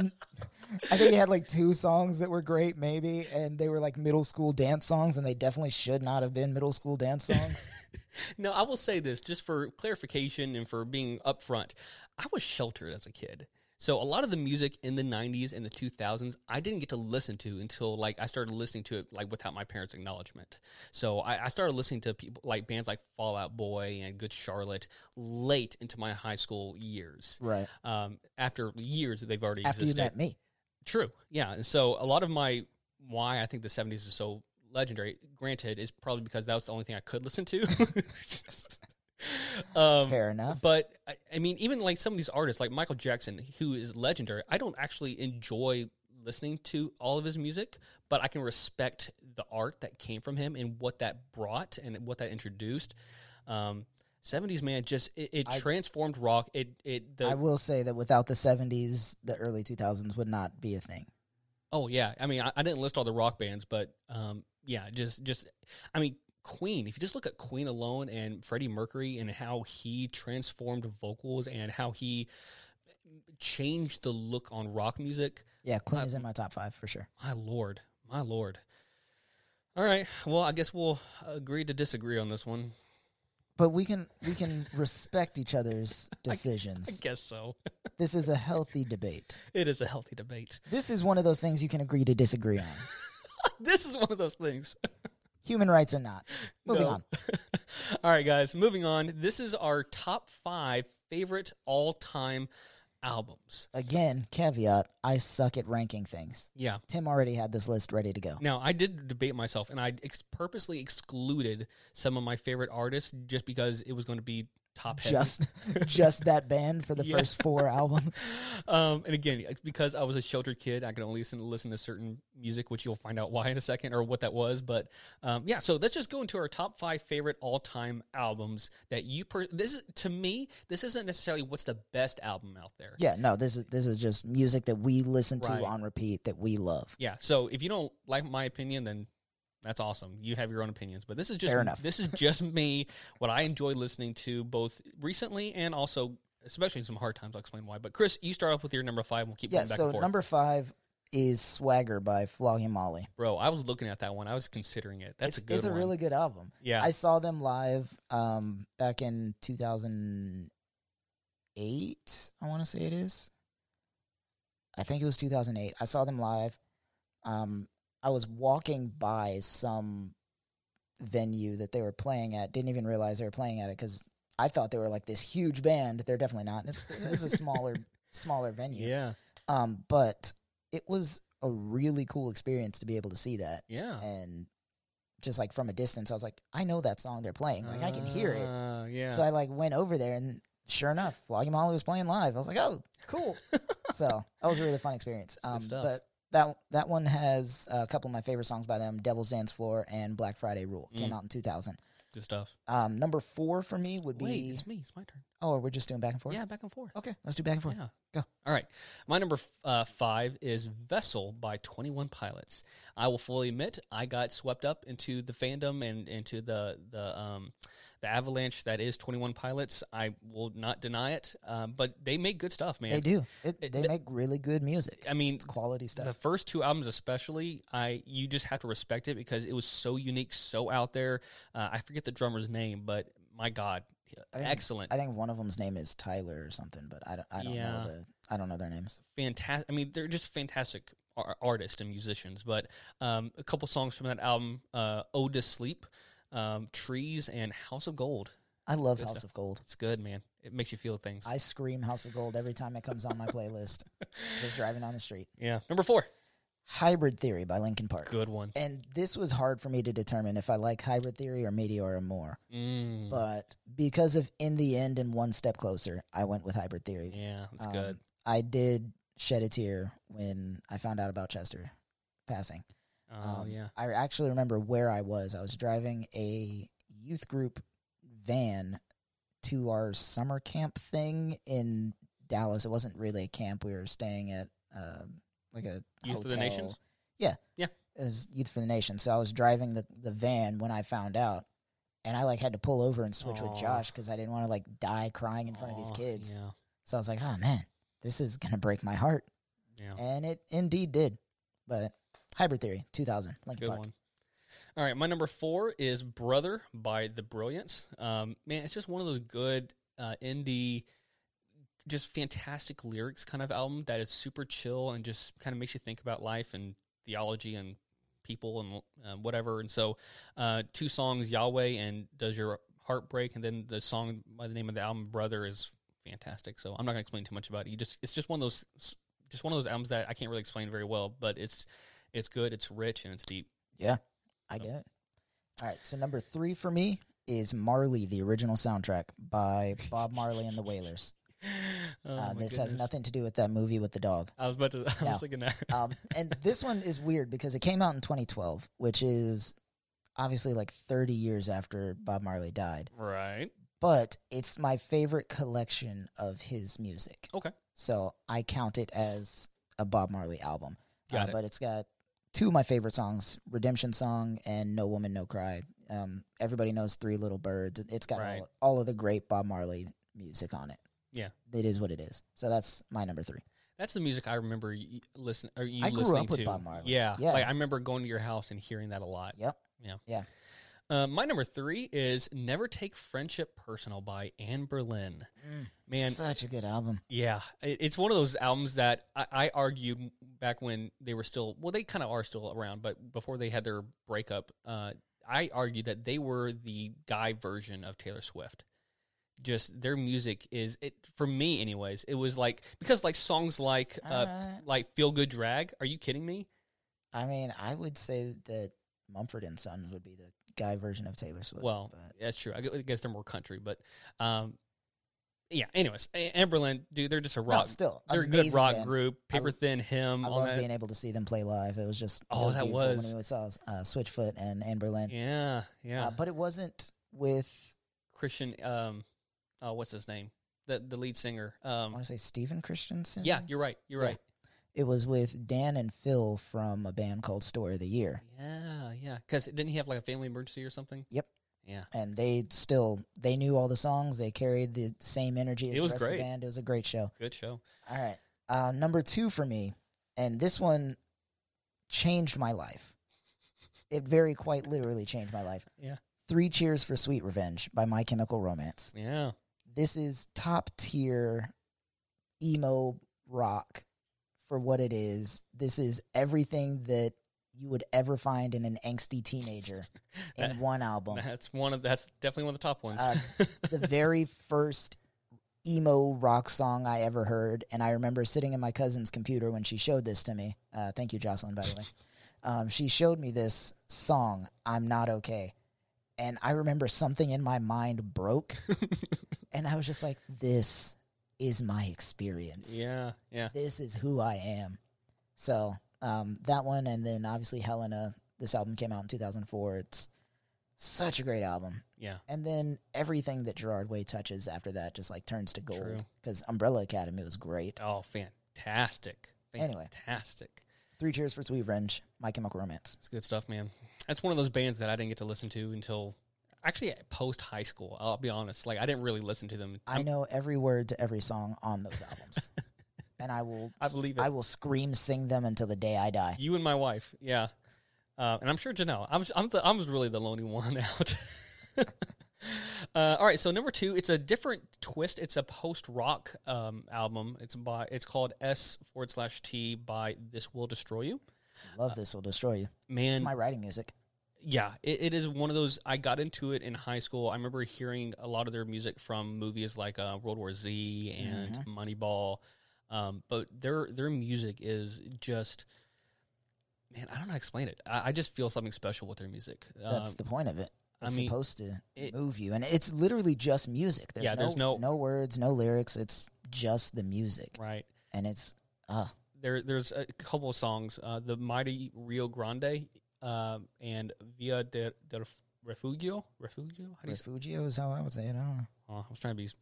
I think he had like two songs that were great, maybe, and they were like middle school dance songs, and they definitely should not have been middle school dance songs.
No, I will say this just for clarification and for being upfront. I was sheltered as a kid. So a lot of the music in the 90s and the 2000s I didn't get to listen to until like I started listening to it like without my parents' acknowledgement. So I, I started listening to people like bands like Fallout Boy and Good Charlotte late into my high school years.
right.
Um, after years that they've already
After you
existed.
met me.
True. Yeah. And so a lot of my why I think the 70s is so legendary, granted, is probably because that was the only thing I could listen to. um,
Fair enough.
But I, I mean, even like some of these artists, like Michael Jackson, who is legendary, I don't actually enjoy listening to all of his music, but I can respect the art that came from him and what that brought and what that introduced. Um, 70s man just it, it
I-
transformed rock it it the
I will say that without the 70s, the early 2000s would not be a thing.
Oh yeah, I mean, I, I didn't list all the rock bands, but um, yeah, just just, I mean, Queen. If you just look at Queen alone and Freddie Mercury and how he transformed vocals and how he changed the look on rock music,
Yeah, Queen is in my top five for sure.
my lord, my lord. All right, well, I guess we'll agree to disagree on this one.
But we can we can respect each other's
I
decisions.
guess so.
This is a healthy debate.
It is a healthy debate.
This is one of those things you can agree to disagree on.
This is one of those things.
Human rights or not. Moving
No.
on.
all right, guys, moving on. This is our top five favorite all time albums.
Again, caveat, I suck at ranking things.
Yeah.
Tim already had this list ready to go.
Now, I did debate myself, and I ex- purposely excluded some of my favorite artists just because it was going to be top heavy.
Just just that band for the
Yeah.
first four albums.
um, and again, because I was a sheltered kid, I could only listen listen to certain music, which you'll find out why in a second or what that was. But um, yeah, so let's just go into our top five favorite all time albums that you. Per- this is to me, this isn't necessarily what's the best album out there.
Yeah, no, this is this is just music that we listen to
Right.
on repeat that we love.
Yeah, So if you don't like my opinion, then that's awesome. You have your own opinions, but this is just
Fair enough.
this is just me. What I enjoy listening to both recently and also. Especially in some hard times, I'll explain why. But Chris, you start off with your number five. and We'll keep
Yeah,
going back
so
and forth.
number five is Swagger by Flogging Molly.
Bro, I was looking at that one. I was considering it. That's
it's,
a good
It's a
one.
really good album.
yeah.
I saw them live um, back in 2008, I want to say it is. I think it was 2008. I saw them live. Um, I was walking by some venue that they were playing at. Didn't even realize they were playing at it because I thought they were like this huge band. They're definitely not. It, it was a smaller, smaller venue.
yeah.
Um, but it was a really cool experience to be able to see that
Yeah.
and just like from a distance, I was like, I know that song they're playing. Like I can hear it.
Ah, yeah.
So I like went over there and sure enough, Flogging Molly was playing live. I was like, oh, cool. so that was a really fun experience. Um,
stuff.
but that that one has a couple of my favorite songs by them: "Devil's Dance Floor" and "Black Friday Rule." Came
Mm.
out in 2000.
Good stuff.
Um, number four for me would be.
Wait, it's me. It's my turn.
oh, we're just doing back and forth.
Yeah, back and forth.
Okay, let's do back and forth.
Yeah.
Go.
All right. My number f- uh, five is Vessel by 21 Pilots. I will fully admit I got swept up into the fandom and into the the um, the avalanche that is 21 Pilots. I will not deny it, um, but they make good stuff, man.
They do. It,
It-
they
th-
make really good music.
I mean,
It's quality stuff.
the first two albums especially i you just have to respect it because it was so unique so out there uh, i forget the drummer's name but my god
I think-
excellent
I think one of them's name is Tyler or something, but I don't, I don't
Yeah.
know the I don't know their names.
fantastic i mean they're just fantastic ar- artists and musicians but um, a couple songs from that album uh, ode to sleep um, trees and house of gold
I love
Good
House
stuff.
of Gold.
it's good man it makes you feel things
I scream House of Gold every time it comes on my playlist. Just driving down the street.
yeah number four
Hybrid Theory by Linkin Park.
good one
And this was hard for me to determine if I like Hybrid Theory or Meteora more.
Mm,
But because of In the End and One Step Closer, I went with Hybrid Theory.
yeah it's
Um,
good
I did shed a tear when I found out about Chester passing.
oh
Um,
yeah
I actually remember where I was. I was driving a youth group van to our summer camp thing in Dallas. It wasn't really a camp. We were staying at um like a
Youth
hotel.
of the Nations?
Yeah,
Yeah.
It was Youth for the Nation. So I was driving the the van when I found out, and I like had to pull over and switch
Aw.
with Josh because I didn't want to like die crying in front of
Aw,
these kids.
yeah
So I was like, oh man, this is gonna break my heart,
yeah
and it indeed did. But Hybrid Theory, two thousand, Linkin
Good
Park.
one. All right, my number four is "Brother" by The Brilliance. Um, man, it's just one of those good uh, indie, just fantastic lyrics kind of album that is super chill and just kind of makes you think about life and theology and people and uh, whatever. And so, uh, two songs, "Yahweh" and "Does Your Heart Break," and then the song by the name of the album "Brother" is fantastic. So I'm not gonna explain too much about it. You just it's just one of those just one of those albums that I can't really explain very well, but it's it's good, it's rich, and it's deep.
I get it. All right, so number three for me is Marley, the original soundtrack by Bob Marley and the Wailers.
Oh,
Uh,
my
this has
goodness.
nothing to do with that movie with the dog.
I was about to. I
No.
was thinking that.
Um, and this one is weird because it came out in 2012, which is obviously like 30 years after Bob Marley died.
right.
But it's my favorite collection of his music.
Okay.
So I count it as a Bob Marley album. Uh,
Got it.
But it's got two of my favorite songs Redemption Song and No Woman, No Cry. Um, everybody knows Three Little Birds. It's got
Right.
all, all of the great Bob Marley music on it.
Yeah.
It is what it is. So that's my number three.
That's the music I remember you listen or you
I grew
listening
up with
to.
Bob Marley.
Yeah,
Yeah.
Like I remember going to your house and hearing that a lot.
Yep.
Uh, my number three is "Never Take Friendship Personal" by Anne Berlin. Mm, Man,
Such a good album.
Yeah, it- it's one of those albums that I, I argued back when they were still well, they kind of are still around, but before they had their breakup, uh, I argued that they were the guy version of Taylor Swift. just their music is it for me anyways it was like because like songs like uh
Alright.
like feel good drag are you kidding me
I mean, I would say that Mumford and Sons would be the guy version of Taylor Swift.
well
but
that's true I gu- I guess they're more country but um yeah anyways A- Amberlin dude they're just a
no,
rock
still,
they're a good
amazing
rock
band.
group
I
paper
lo-
thin him
I
all
love
that
being able to see them play live. It was just it
Oh, that
beautiful
was-
when we saw uh, Switchfoot and Anne Berlin.
yeah yeah
Uh, but it wasn't with
Christian um oh what's his name the the lead singer
I
um
want to say Steven Christensen.
yeah you're right you're
Yeah.
right
it was with Dan and Phil from a band called Story of the Year,
yeah yeah because didn't he have like a family emergency or something
Yep.
yeah
and they still they knew all the songs. They carried the same energy as
It
the
was
rest of
great.
the band. It was a great show.
good show
All right. Uh, number two for me, and this one changed my life. It very quite literally changed my life.
Yeah.
Three Cheers for Sweet Revenge by My Chemical Romance.
yeah
This is top tier emo rock for what it is. This is everything that you would ever find in an angsty teenager in
That-
one album.
That's one of that's definitely one of the top ones.
Uh, the very first emo rock song I ever heard, and I remember sitting in my cousin's computer when she showed this to me. Uh, thank you, Jocelyn, by the way. Um, she showed me this song, "I'm Not Okay," and I remember something in my mind broke, and I was just like, "This is my experience.
yeah, yeah.
This is who I am." So um, that one, and then obviously Helena. This album came out in 2004. It's such a great album
Yeah.
and then everything that Gerard Way touches after that just like turns to
True.
gold because Umbrella Academy was great.
Oh, fantastic.
Anyway.
Fantastic.
Three Cheers for Sweet Revenge, My Chemical Romance.
It's good stuff, man. That's one of those bands that I didn't get to listen to until actually post high school. I'll be honest. Like I didn't really listen to them.
I know every word to every song on those albums, and I will
I believe it.
I will scream sing them until the day I die.
you and my wife. Yeah. Uh, and I'm sure Janelle. I'm I'm the, I was really the lonely one out. Uh, all right, so number two, it's a different twist. It's a post rock um, album. It's by it's called S forward slash T by This Will Destroy You.
Love this will destroy you.
Man,
It's my writing music.
yeah it, it is one of those i got into it in high school i remember hearing a lot of their music from movies like uh, world war z and
Mhm.
moneyball um, but their their music is just man i don't know how to explain it i, I just feel something special with their music
That's
Um,
the point of it.
I
It's
mean,
supposed to
it-
move you, and it's literally just music. There's
Yeah,
no,
there's no-
no words, no lyrics. It's just the music,
right
and it's ah,
there there's a couple of songs uh, the mighty rio grande um, and via del, del refugio refugio how do you say
refugio is how I would say it. I don't know.
Oh, I was trying to be s-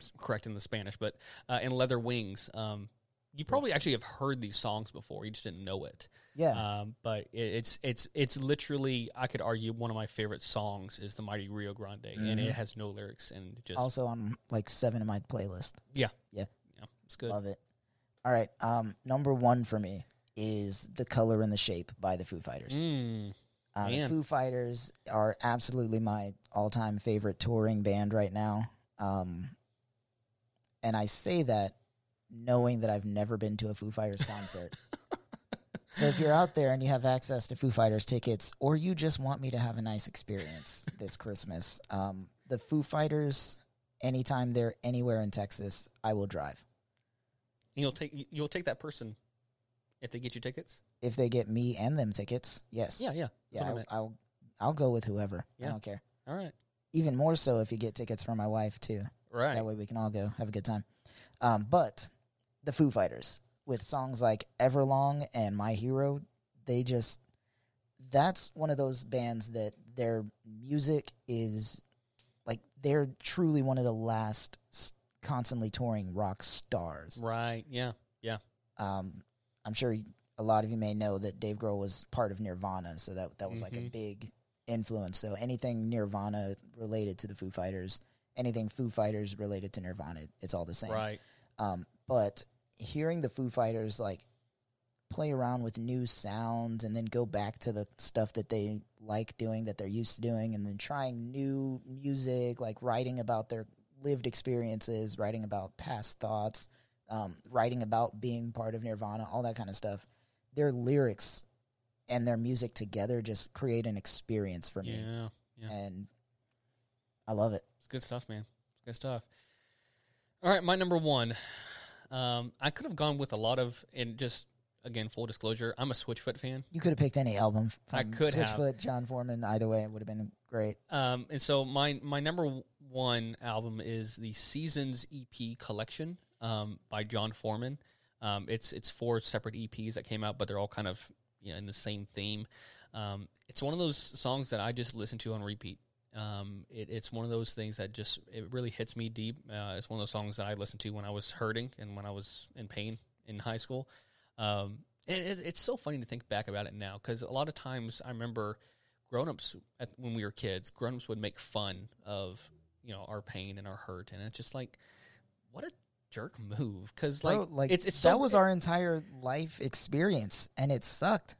s- correct in the Spanish, but uh, and Leather Wings. Um, you probably actually have heard these songs before. You just didn't know it.
Yeah,
Um, but it, it's it's it's literally I could argue one of my favorite songs is the Mighty Rio Grande, and
Mhm.
it has no lyrics and just
also on like seven of my playlist.
yeah, it's good.
Love it. All right. Um, number one for me is "The Color and the Shape" by the Foo Fighters.
Mm,
Uh, the
man.
Foo Fighters are absolutely my all-time favorite touring band right now. Um, and I say that knowing that I've never been to a Foo Fighters concert. so if you're out there and you have access to Foo Fighters tickets, or you just want me to have a nice experience this Christmas, um, the Foo Fighters, anytime they're anywhere in Texas, I will drive.
and you'll take you- you'll take that person if they get you tickets.
If they get me and them tickets, yes,
Yeah, yeah, that's
yeah,
what I
I'll,
meant.
I'll, I'll go with whoever.
Yeah.
I don't care.
All right,
even more so if you get tickets for my wife too.
right.
That way we can all go have a good time. Um, but the Foo Fighters with songs like Everlong and My Hero, they just that's one of those bands that their music is like they're truly one of the last s- constantly touring rock stars.
Right, yeah,
Um, I'm sure a lot of you may know that Dave Grohl was part of Nirvana, so that that was like a
Mhm.
big influence. So anything Nirvana related to the Foo Fighters, anything Foo Fighters related to Nirvana, it's all the same.
right.
Um, but hearing the Foo Fighters like play around with new sounds and then go back to the stuff that they like doing that they're used to doing and then trying new music like writing about their lived experiences writing about past thoughts um, writing about being part of nirvana all that kind of stuff their lyrics and their music together just create an experience for me
Yeah, yeah.
and i love it
It's good stuff, man. Good stuff. All right, my number one. Um, I could have gone with a lot of, and just again, full disclosure, I'm a Switchfoot fan.
You could have picked any album. From
I could have.
Switchfoot, John Foreman, either way, it would have been great.
Um, and so my my number one album is the Seasons EP collection um, by John Foreman. Um, it's it's four separate EPs that came out, but they're all kind of you know, in the same theme. Um, it's one of those songs that I just listen to on repeat. Um, it, it's one of those things that just it really hits me deep. Uh, it's one of those songs that I listened to when I was hurting and when I was in pain in high school. Um, and it, it's so funny to think back about it now because a lot of times I remember grown-ups at, when we were kids grown-ups would make fun of you know our pain and our hurt and it's just like what a jerk move because like,
Bro, like
it's, it's so,
that was our entire life experience, and it sucked.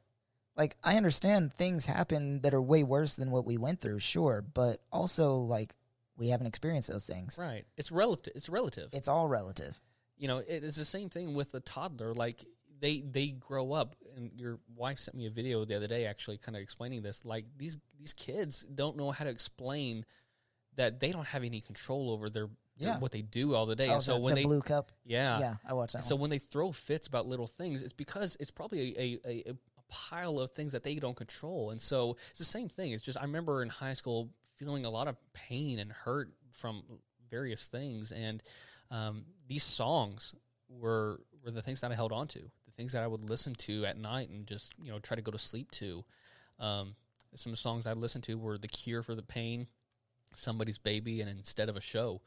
Like I understand things happen that are way worse than what we went through, sure, but also like we haven't experienced those things.
right it's relative it's relative
It's all relative.
you know it, it's the same thing with a toddler like they they grow up and your wife sent me a video the other day actually kind of explaining this like these these kids don't know how to explain that they don't have any control over their, their-
Yeah.
what they do all the day
Oh,
and so
the,
when
the
they
blue cup,
yeah
yeah, I watched that.
So
one.
when they throw fits about little things, it's because it's probably a, a, a, a pile of things that they don't control. And so it's the same thing. It's just, I remember in high school feeling a lot of pain and hurt from various things. And um, these songs were, were the things that I held on to, the things that I would listen to at night and just, you know, try to go to sleep to. Um, some songs I listened to were The Cure for the Pain, Somebody's Baby, and Instead of a Show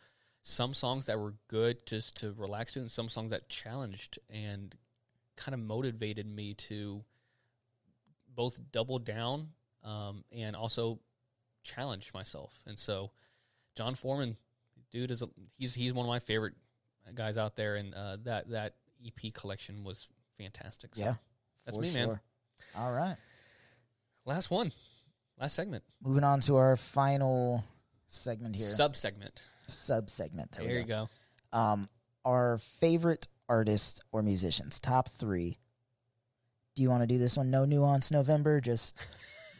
some songs that were good just to relax to and some songs that challenged and kind of motivated me to both double down um, and also challenge myself and so john foreman dude is a, he's he's one of my favorite guys out there and uh, that that ep collection was fantastic so
yeah,
that's
for
me man
sure. All right,
last one last segment
moving on to our final segment here,
sub segment
sub segment. There,
there,
we
you go
um, our favorite artists or musicians, top three. Do you want to do this one? No nuance November, just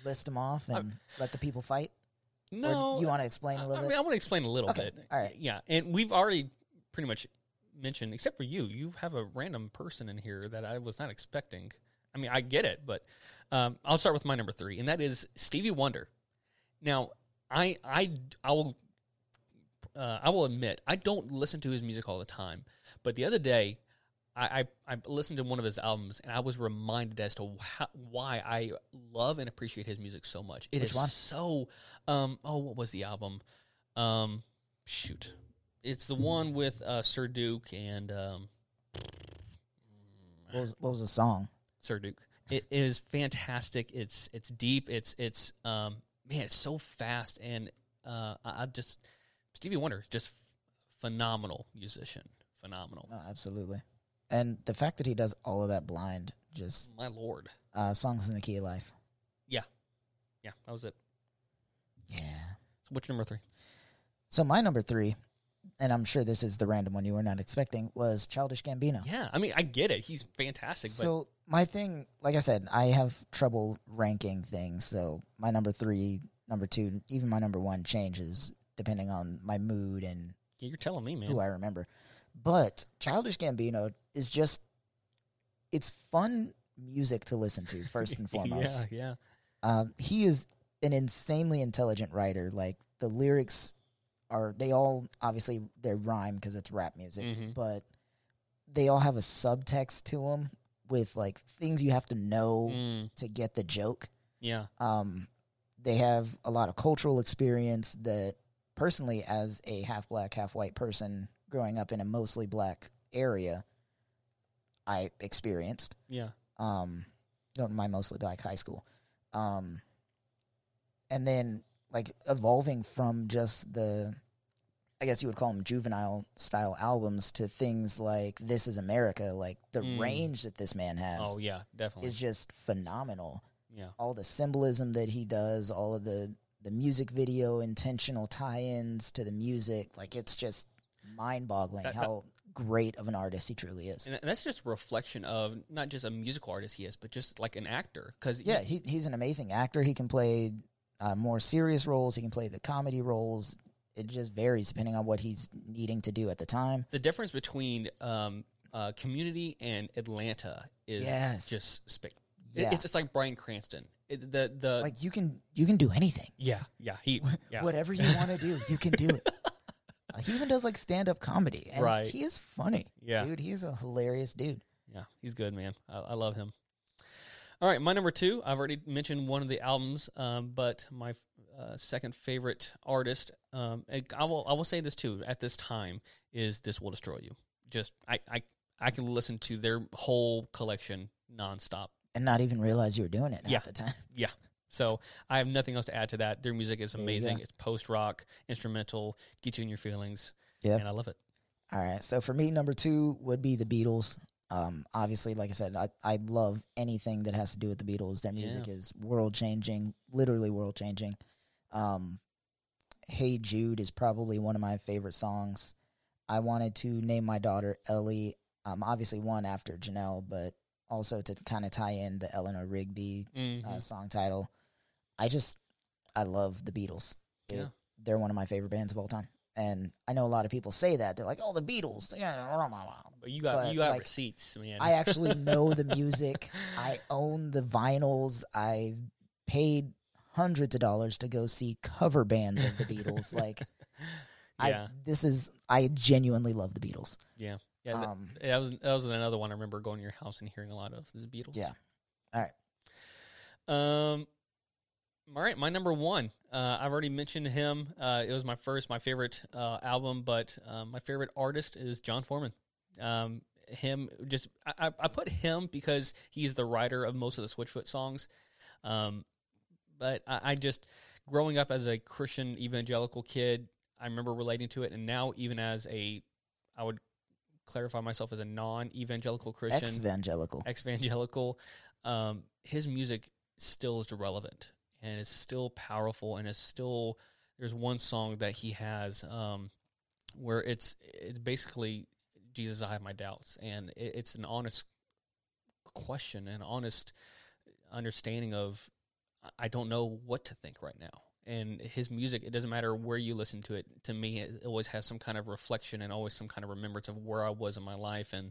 list them off and let the people fight.
no
or you want to explain a
I-
little
I
bit?
mean, I want to explain a little
Okay,
bit.
all right.
Yeah, and we've already pretty much mentioned, except for you, you have a random person in here that I was not expecting. I mean, I get it, but um, I'll start with my number three, and that is Stevie Wonder. Now, I I I will uh, I will admit I don't listen to his music all the time, but the other day. I, I, I listened to one of his albums and I was reminded as to wh- why I love and appreciate his music so much. It is
Which one?
so um oh what was the album? Um, shoot, it's the
Hmm.
one with uh, Sir Duke and um,
what, was, what was the song?
Sir Duke. It is fantastic. It's it's deep. It's it's um man, it's so fast and uh I, I just Stevie Wonder is just phenomenal musician, phenomenal.
No, absolutely. And the fact that he does all of that blind, just
My lord,
uh, songs in the key of life.
yeah, that was it.
Yeah.
So what's your number three?
So my number three, and I'm sure this is the random one you were not expecting, was Childish Gambino.
Yeah, I mean I get it. He's fantastic, but
So my thing, like I said, I have trouble ranking things. So my number three, number two, even my number one changes depending on my mood and
yeah, you're telling me, man.
who I remember. But Childish Gambino is just, it's fun music to listen to first and foremost.
yeah, yeah.
Um, he is an insanely intelligent writer. Like the lyrics are, they all obviously they rhyme because it's rap music,
Mhm.
but they all have a subtext to them with like things you have to know
Mm,
to get the joke.
yeah.
Um, they have a lot of cultural experience that, personally, as a half black, half white person growing up in a mostly black area, I experienced
Yeah.
um going to my mostly black high school um and then like evolving from just the i guess you would call them juvenile style albums to things like this is america like the
Mm.
range that this man has
Oh yeah, definitely.
is just phenomenal
yeah.
all the symbolism that he does all of the the music video intentional tie-ins to the music like it's just mind-boggling
That- that-
how great of an artist he truly is
And that's just a reflection of not just a musical artist he is, but just like an actor. Because
yeah, he, he's an amazing actor. He can play uh, more serious roles. He can play the comedy roles. it just varies depending on what he's needing to do at the time.
The difference between um, uh, Community and Atlanta is
Yes.
just spec. it-
Yeah.
It's just like Brian Cranston. It, the the
like you can you can do anything.
yeah yeah he yeah.
Whatever you want to do, you can do it. Uh, he even does like stand up comedy. And
Right.
He is funny.
Yeah.
Dude, he's a hilarious dude.
Yeah, he's good, man. I, I love him. All right, my number two. I've already mentioned one of the albums, um, but my uh, second favorite artist, um, and I will I will say this too. At this time, is this will destroy you. Just I I, I can listen to their whole collection nonstop.
And not even realize you were doing it
Yeah.
half the time.
So I have nothing else to add to that. Their music is
There you
amazing.
go.
It's post rock, instrumental, gets you in your feelings.
Yeah.
and I love it.
All right. So for me, number two would be the Beatles. Um, obviously, like I said, I, I love anything that has to do with the Beatles. Their music is world changing, literally world changing. Um, hey Jude is probably one of my favorite songs. I wanted to name my daughter Ellie. Um, obviously one after Janelle, but also to kind of tie in the Eleanor Rigby
Mhm.
uh, song title. I just I love the Beatles. It-
Yeah.
They're one of my favorite bands of all time. And I know a lot of people say that. They're like, "Oh, the Beatles."
But you got
but,
you got
like,
receipts, man.
I actually know the music. I own the vinyls. I paid hundreds of dollars to go see cover bands of the Beatles. Like
yeah
I this is I genuinely love the Beatles.
yeah. th-
um
That was that was another one I remember going to your house and hearing a lot of the Beatles.
Yeah. All
right. Um. All right, my number one. Uh, I've already mentioned him. Uh, it was my first, my favorite uh, album, but um, my favorite artist is John Foreman. Um, him, just I, I, I put him because he's the writer of most of the Switchfoot songs. Um, but I, I just growing up as a Christian evangelical kid, I remember relating to it, and now even as a, I would clarify myself as a non-evangelical Christian,
ex-evangelical.
ex-evangelical. Um, his music still is relevant and it's still powerful and it's still there's one song that he has um, where it's it's basically Jesus, I have my doubts, and it, it's an honest question, an honest understanding of I- I don't know what to think right now. And his music, it doesn't matter where you listen to it. To me, it always has some kind of reflection and always some kind of remembrance of where I was in my life. And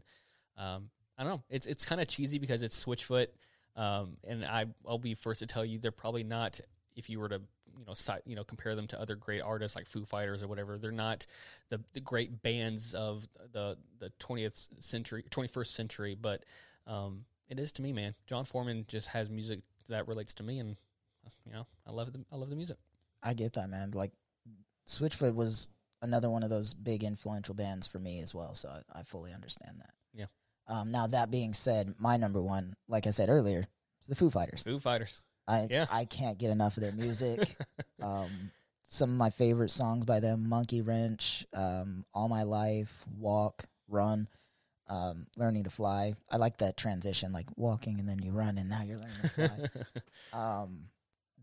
um, I don't know. It's it's kind of cheesy because it's Switchfoot, um, and I I'll be first to tell you they're probably not. If you were to you know si- you know compare them to other great artists like Foo Fighters or whatever, they're not the, the great bands of the the twentieth century, twenty first century. But um, it is to me, man. John Foreman just has music that relates to me, and you know I love the I love the music.
I get that, man. Like Switchfoot was another one of those big influential bands for me as well, so I, I fully understand that.
Yeah.
Um, now that being said, my number one, like I said earlier, is the Foo Fighters.
Foo Fighters,
I
Yeah.
I can't get enough of their music. um, some of my favorite songs by them: Monkey Wrench, um, All My Life, Walk, Run. Um, learning to fly. I like that transition, like walking and then you run, and now you're learning to fly um,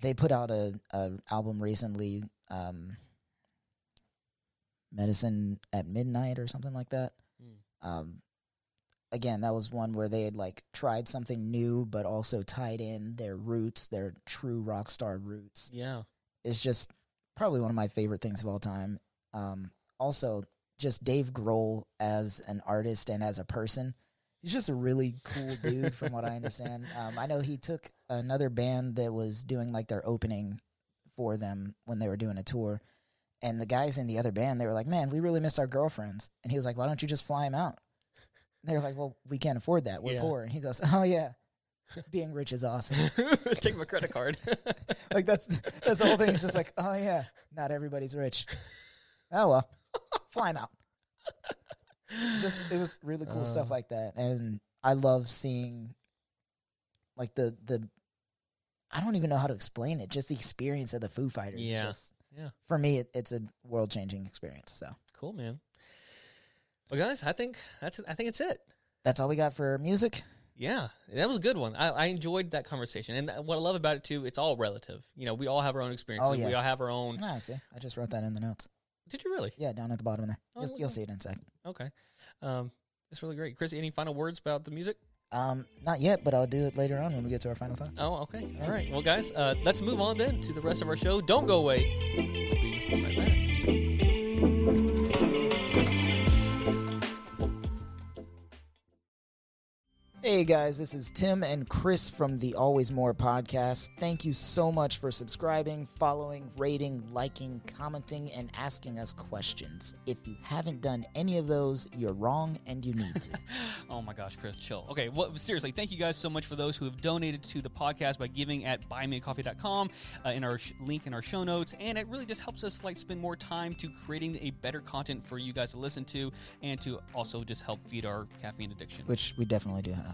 they put out a, a album recently, um, Medicine at Midnight or something like that.
Hmm.
Um, again, that was one where they had like tried something new, but also tied in their roots, their true rock star roots.
yeah,
It's just probably one of my favorite things of all time. Um, also, just Dave Grohl as an artist and as a person. He's just a really cool dude, from what I understand. Um, I know he took another band that was doing like their opening for them when they were doing a tour. And the guys in the other band, they were like, man, we really miss our girlfriends. And he was like, why don't you just fly him out? They were like, well, we can't afford that. We're
Yeah.
poor. And he goes, oh, yeah. Being rich is awesome
take my credit card.
like that's that's the whole thing. It's just like, oh yeah, not everybody's rich. Oh well, fly him out. It's just it was really cool
Uh.
stuff like that, and I love seeing like the the. I don't even know how to explain it. Just the experience of the Foo Fighters. is
Yeah.
just-
Yeah.
For me, it, it's a world changing experience. So
cool, man. Well, guys, I think that's I think it's it.
that's all we got for music.
Yeah, that was a good one. I, I enjoyed that conversation, and what I love about it too, it's all relative. You know, we all have our own experiences.
yeah.
We all have our own.
No, see, I just wrote that in the notes.
Did you really?
Yeah, down at the bottom there.
Oh,
You'll,
look
you'll
at-
see it in a second.
Okay, um, it's really great, Chris. Any final words about the music?
Um, not yet, but I'll do it later on when we get to our final thoughts.
Oh, okay. All right. Well, guys, uh, let's move on then to the rest of our show. Don't go away. We'll be right back.
Hey guys, this is Tim and Chris from the Always More podcast. Thank you so much for subscribing, following, rating, liking, commenting, and asking us questions. If you haven't done any of those, you're wrong and you need to.
Oh my gosh, Chris, chill. Okay, well, seriously, thank you guys so much for those who have donated to the podcast by giving at buymeacoffee.com uh, in our sh- link in our show notes, and it really just helps us like spend more time to creating a better content for you guys to listen to, and to also just help feed our caffeine addiction.
Which we definitely do have.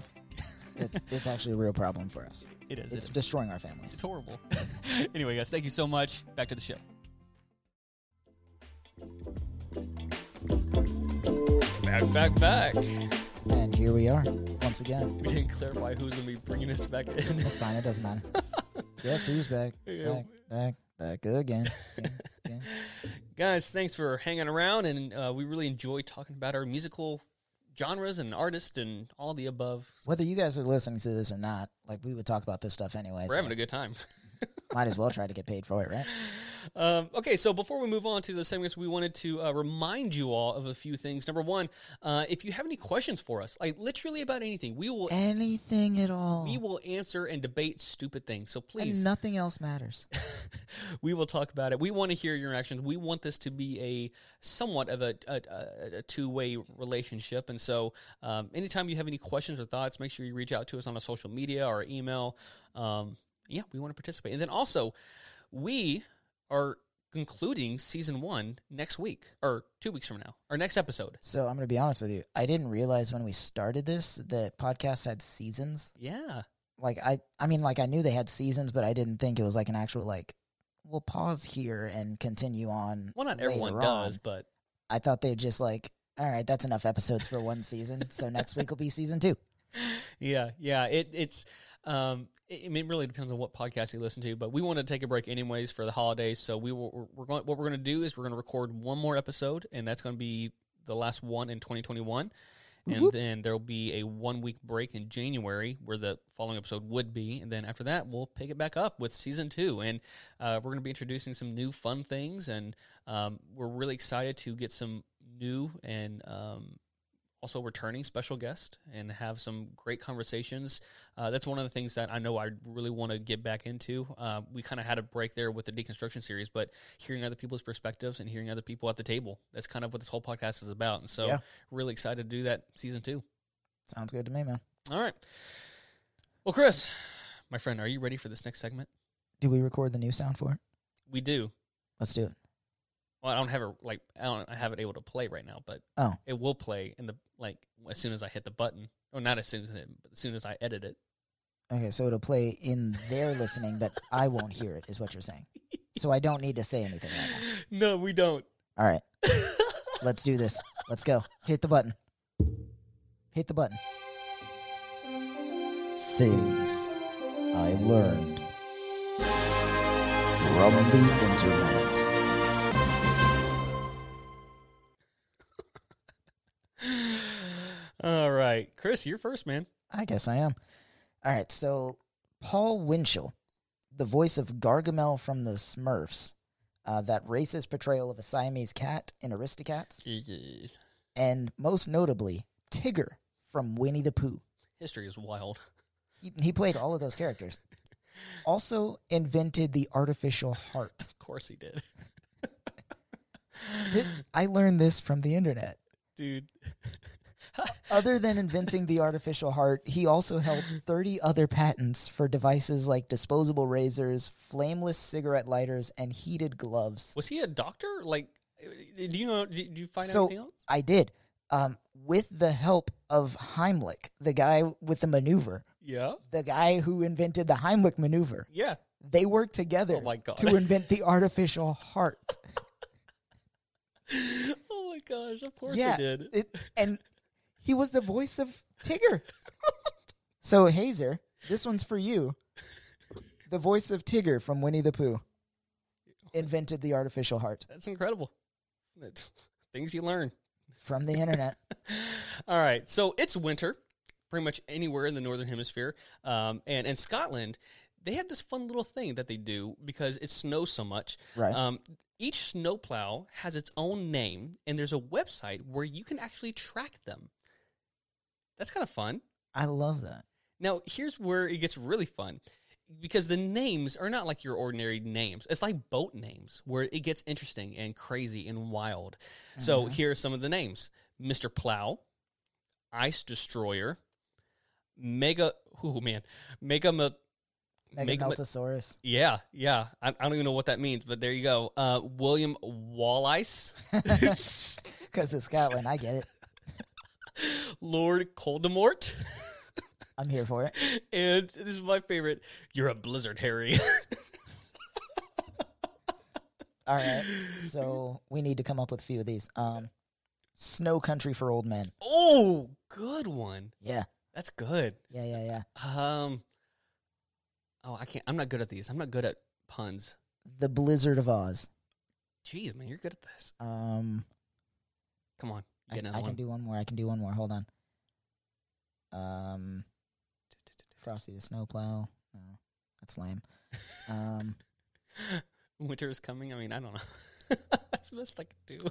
It, it's actually a real problem for us.
It is.
It's
It's,
destroying our families.
it's horrible. anyway, guys, thank you so much. Back to the show. Back, back, back.
And here we are once again.
We didn't clarify who's going to be bringing us back in.
It's fine. It doesn't matter. Guess who's back?
Yeah.
Back, back, back again.
guys thanks for hanging around and uh, we really enjoy talking about our musical genres and artists and all the above
Whether you guys are listening to this or not, like we would talk about this stuff anyway. So
we're having a good time
might as well try to get paid for it, right?
um, okay so before we move on to the segments we wanted to uh, remind you all of a few things number one uh, if you have any questions for us like literally about anything we will
Anything at all.
we will answer and debate stupid things so
And
please
nothing else matters.
we will talk about it we want to hear your interactions we want this to be a somewhat of a, a, a, a two-way relationship and so um, anytime you have any questions or thoughts make sure you reach out to us on our social media or email um, yeah we want to participate and then also we are concluding season one next week or two weeks from now our next episode
So I'm going to be honest with you. I didn't realize when we started this that podcasts had seasons.
yeah
Like I, I mean, like I knew they had seasons, but I didn't think it was like an actual like. We'll pause here and continue on.
well not
later
everyone
on."
does but
I thought they'd just like, all right, that's enough episodes for one season. So next week will be season two.
yeah, yeah. It it's um. It, I mean, it really depends on what podcast you listen to, but we want to take a break anyways for the holidays. So we will, we're, we're going. What we're going to do is we're going to record one more episode, and that's going to be the last one in 2021. And
Whoop.
then there'll be a one week break in January where the following episode would be. And then after that, we'll pick it back up with season two. And uh, we're going to be introducing some new fun things. And um, we're really excited to get some new and um, also returning special guest and have some great conversations. Uh, that's one of the things that I know I really want to get back into. Uh, we kind of had a break there with the deconstruction series, but hearing other people's perspectives and hearing other people at the table, that's kind of what this whole podcast is about. And so,
Yeah.
really excited to do that season two.
Sounds good to me, man.
All right. Well, Chris, my friend, are you ready for this next segment?
Do we record the new sound for it?
We do.
Let's do it.
Well, I don't have it like I don't I have it able to play right now, but
Oh.
it will play in the like as soon as I hit the button, or not as soon as it, but as soon as I edit it.
Okay, so it'll play in their listening, but I won't hear it, is what you're saying. So I don't need to say anything right now.
No, we don't.
All right, let's do this. Let's go. Hit the button. Hit the button. Things I learned from the internet.
All right, Chris, you're first, man.
I guess I am. All right, so Paul Winchell, the voice of Gargamel from the Smurfs, uh, that racist portrayal of a Siamese cat in Aristocats. and most notably Tigger from Winnie the Pooh.
History is wild.
He, he played all of those characters. Also invented the artificial heart.
Of course he did,
I learned this from the internet.
dude.
Other than inventing the artificial heart, he also held 30 other patents for devices like disposable razors, flameless cigarette lighters, and heated gloves.
Was he a doctor? Like, uh, do you know? Did you find
So-
anything else?
I did. Um, with the help of Heimlich, the guy with the maneuver,
Yeah,
the guy who invented the Heimlich maneuver.
yeah.
they work together
Oh my God.
to invent the artificial heart.
Oh my gosh! Of course
yeah,
he did.
it- and he was the voice of Tigger. so Hazer, this one's for you. The voice of Tigger from Winnie the Pooh invented the artificial heart
That's incredible. That's- things you learn.
from the internet.
All right, so it's winter, pretty much anywhere in the northern hemisphere, um, and in Scotland, they have this fun little thing that they do because it snows so much.
Right.
Um, each snowplow has its own name, and there's a website where you can actually track them. That's kind of fun.
I love that.
Now, here's where it gets really fun because the names are not like your ordinary names. It's like boat names where it gets interesting and crazy and wild. So,
Mhm.
here are some of the names Mr. Plow, Ice Destroyer, Mega. Oh, man. Mega. Ma- Mega Ma-
Megameltosaurus.
yeah, yeah. I, I don't even know what that means, but there you go. Uh, William Wallice,
Because it's Scotland. I get it.
Lord Coldemort,
I'm here for it.
and this is my favorite. You're a blizzard, Harry.
All right. So we need to come up with a few of these. Um, Snow Country for Old Men.
oh, good one.
Yeah.
That's good.
Yeah, yeah, yeah.
Um. Oh, I can't. I'm not good at these. I'm not good at puns.
The Blizzard of Oz.
Jeez, man, you're good at this.
Um,
Come on, you
I,
get another
I can
one.
do one more. I can do one more. Hold on. Um, Frosty the Snowplow. No, that's lame. Um,
Winter is coming. I mean, I don't know. That's the best I can do.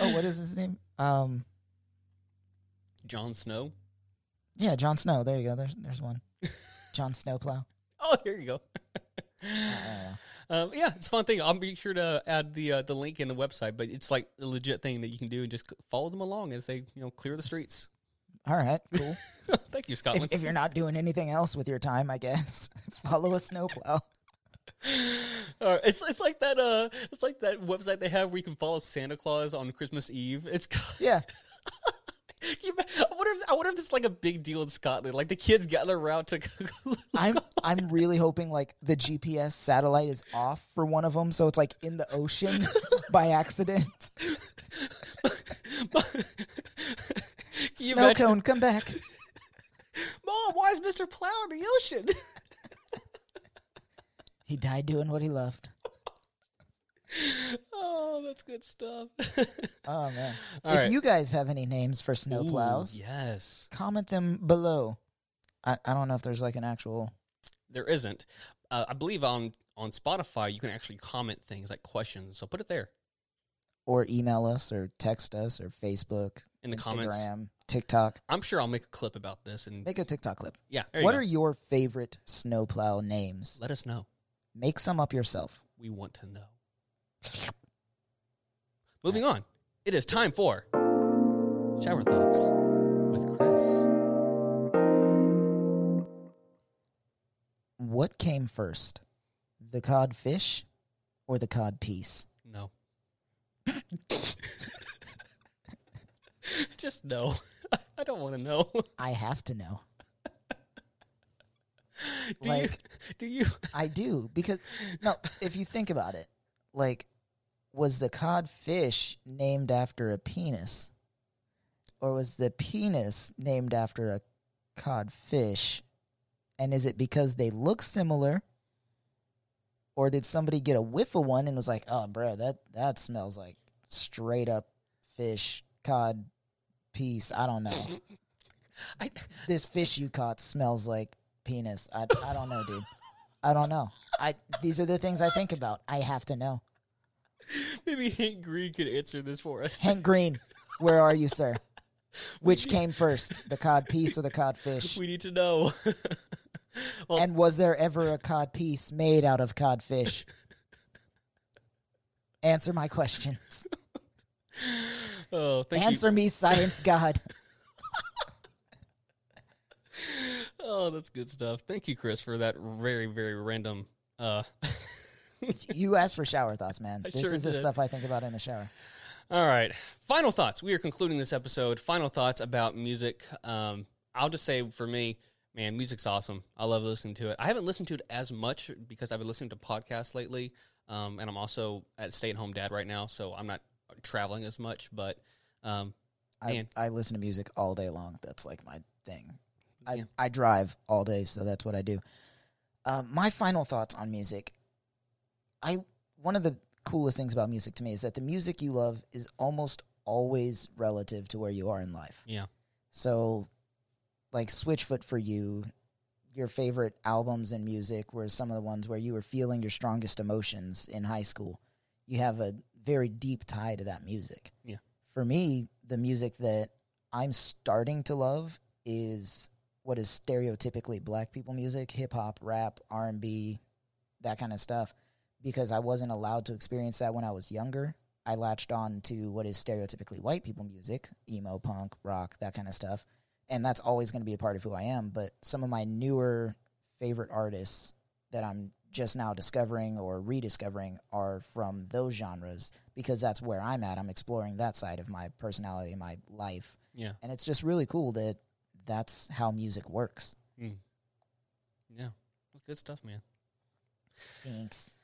oh, what is his name? Um,
Jon Snow.
yeah, Jon Snow. There you go. There's there's one. Jon Snowplow.
Oh, here you go.
Uh,
Um, yeah, it's a fun thing. I'll be sure to add the uh, the link in the website, but it's like a legit thing that you can do and just c- follow them along as they you know clear the streets.
all right, cool.
Thank you,
if,
Scotland.
if you're not doing anything else with your time, I guess follow a snowplow.
All right, it's it's like that uh it's like that website they have where you can follow Santa Claus on Christmas Eve. It's got-
Yeah,
You ma- I wonder if I wonder if this is like a big deal in Scotland. Like the kids gather around to Oh,
I'm I'm really hoping like the GPS satellite is off for one of them, so it's like in the ocean by accident.
Can you
Snow
imagine-
cone, come back.
Mom, why is Mr. Plow in the ocean?
He died doing what he loved.
oh, that's good stuff.
Oh man!
All
if
right.
you guys have any names for snow
Ooh,
plows,
Yes.
comment them below. I, I don't know if there's like an actual.
There isn't. Uh, I believe on on Spotify you can actually comment things like questions. So put it there
or email us or text us or Facebook,
in the
Instagram,
comments.
TikTok.
I'm sure I'll make a clip about this and
Make a TikTok clip.
yeah. there you
what
go.
are your favorite snowplow names?
Let us know.
Make some up yourself.
We want to know. Moving on. It is time for shower thoughts with Chris.
What came first, the cod fish or the cod piece?
No. Just no. I don't want to know.
I have to know.
Do you?
Like-
Do you?
I do because no, if you think about it, like was the cod fish named after a penis or was the penis named after a cod fish? And is it because they look similar? Or did somebody get a whiff of one and was like, "Oh, bro, that that smells like straight up fish cod piece. I don't know.
I,
this fish you caught smells like penis. I, I don't know, dude. I don't know. I these are the things I think about. I have to know.
maybe Hank Green could answer this for us.
Hank Green, where are you, sir? Which came first, the cod piece or the cod fish?
We need to know. well,
And was there ever a cod piece made out of cod fish? Answer my questions.
oh, thank you.
Answer me, science god.
Oh, that's good stuff. Thank you, Chris, for that very, very random. Uh,
You asked for shower thoughts, man.
I
This
sure
is the
did.
stuff I think about in the shower.
all right. Final thoughts. We are concluding this episode. Final thoughts about music. Um, I'll just say for me, man, music's awesome. I love listening to it. I haven't listened to it as much because I've been listening to podcasts lately. Um, and I'm also a stay at home dad right now, so I'm not traveling as much, but um,
I,
Man.
I listen to music all day long. That's like my thing. I,
Yeah.
I drive all day, so that's what I do. Um, my final thoughts on music. I one of the coolest things about music to me is that the music you love is almost always relative to where you are in life.
Yeah.
So, like Switchfoot for you, your favorite albums and music were some of the ones where you were feeling your strongest emotions in high school. You have a very deep tie to that music.
Yeah.
For me, the music that I'm starting to love is what is stereotypically black people music, hip hop, rap, R&B, that kind of stuff because I wasn't allowed to experience that when I was younger. I latched on to what is stereotypically white people music, emo, punk, rock, that kind of stuff. And that's always going to be a part of who I am, but some of my newer favorite artists that I'm just now discovering or rediscovering are from those genres because that's where I'm at. I'm exploring that side of my personality, my life.
Yeah.
And it's just really cool that that's how music works.
Yeah. That's good stuff, man.
Thanks.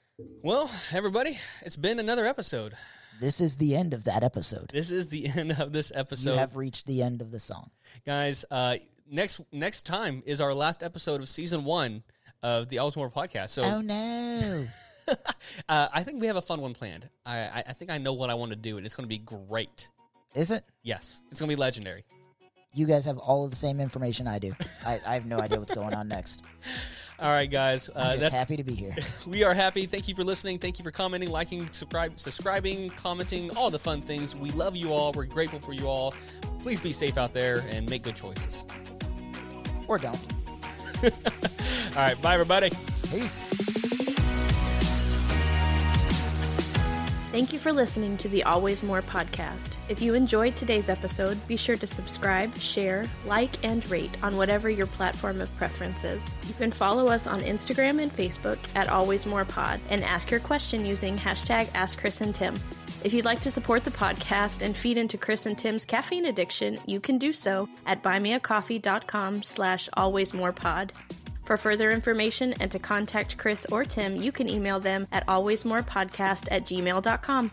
Well, everybody, it's been another episode.
This is the end of that episode.
This is the end of this episode.
you have reached the end of the song.
guys uh next next time is our last episode of season one of the Alsmore podcast so
Oh no.
uh, i think we have a fun one planned I, I i think i know what i want to do and it's going to be great
is it?
yes it's going to be legendary
You guys have all of the same information I do. I, I have no idea what's going on next.
all right guys uh,
I'm just
that's,
happy to be here.
we are happy thank you for listening thank you for commenting liking subscribe, subscribing commenting all the fun things we love you all we're grateful for you all please be safe out there and make good choices
Or don't.
all right bye everybody
Peace.
Thank you for listening to the Always More podcast. If you enjoyed today's episode, be sure to subscribe, share, like, and rate on whatever your platform of preference is. You can follow us on Instagram and Facebook at Always More Pod and ask your question using hashtag Ask Chris and Tim. If you'd like to support the podcast and feed into Chris and Tim's caffeine addiction, you can do so at buymeacoffee.com slash alwaysmorepod. For further information and to contact Chris or Tim, you can email them at alwaysmorepodcast at gmail.com.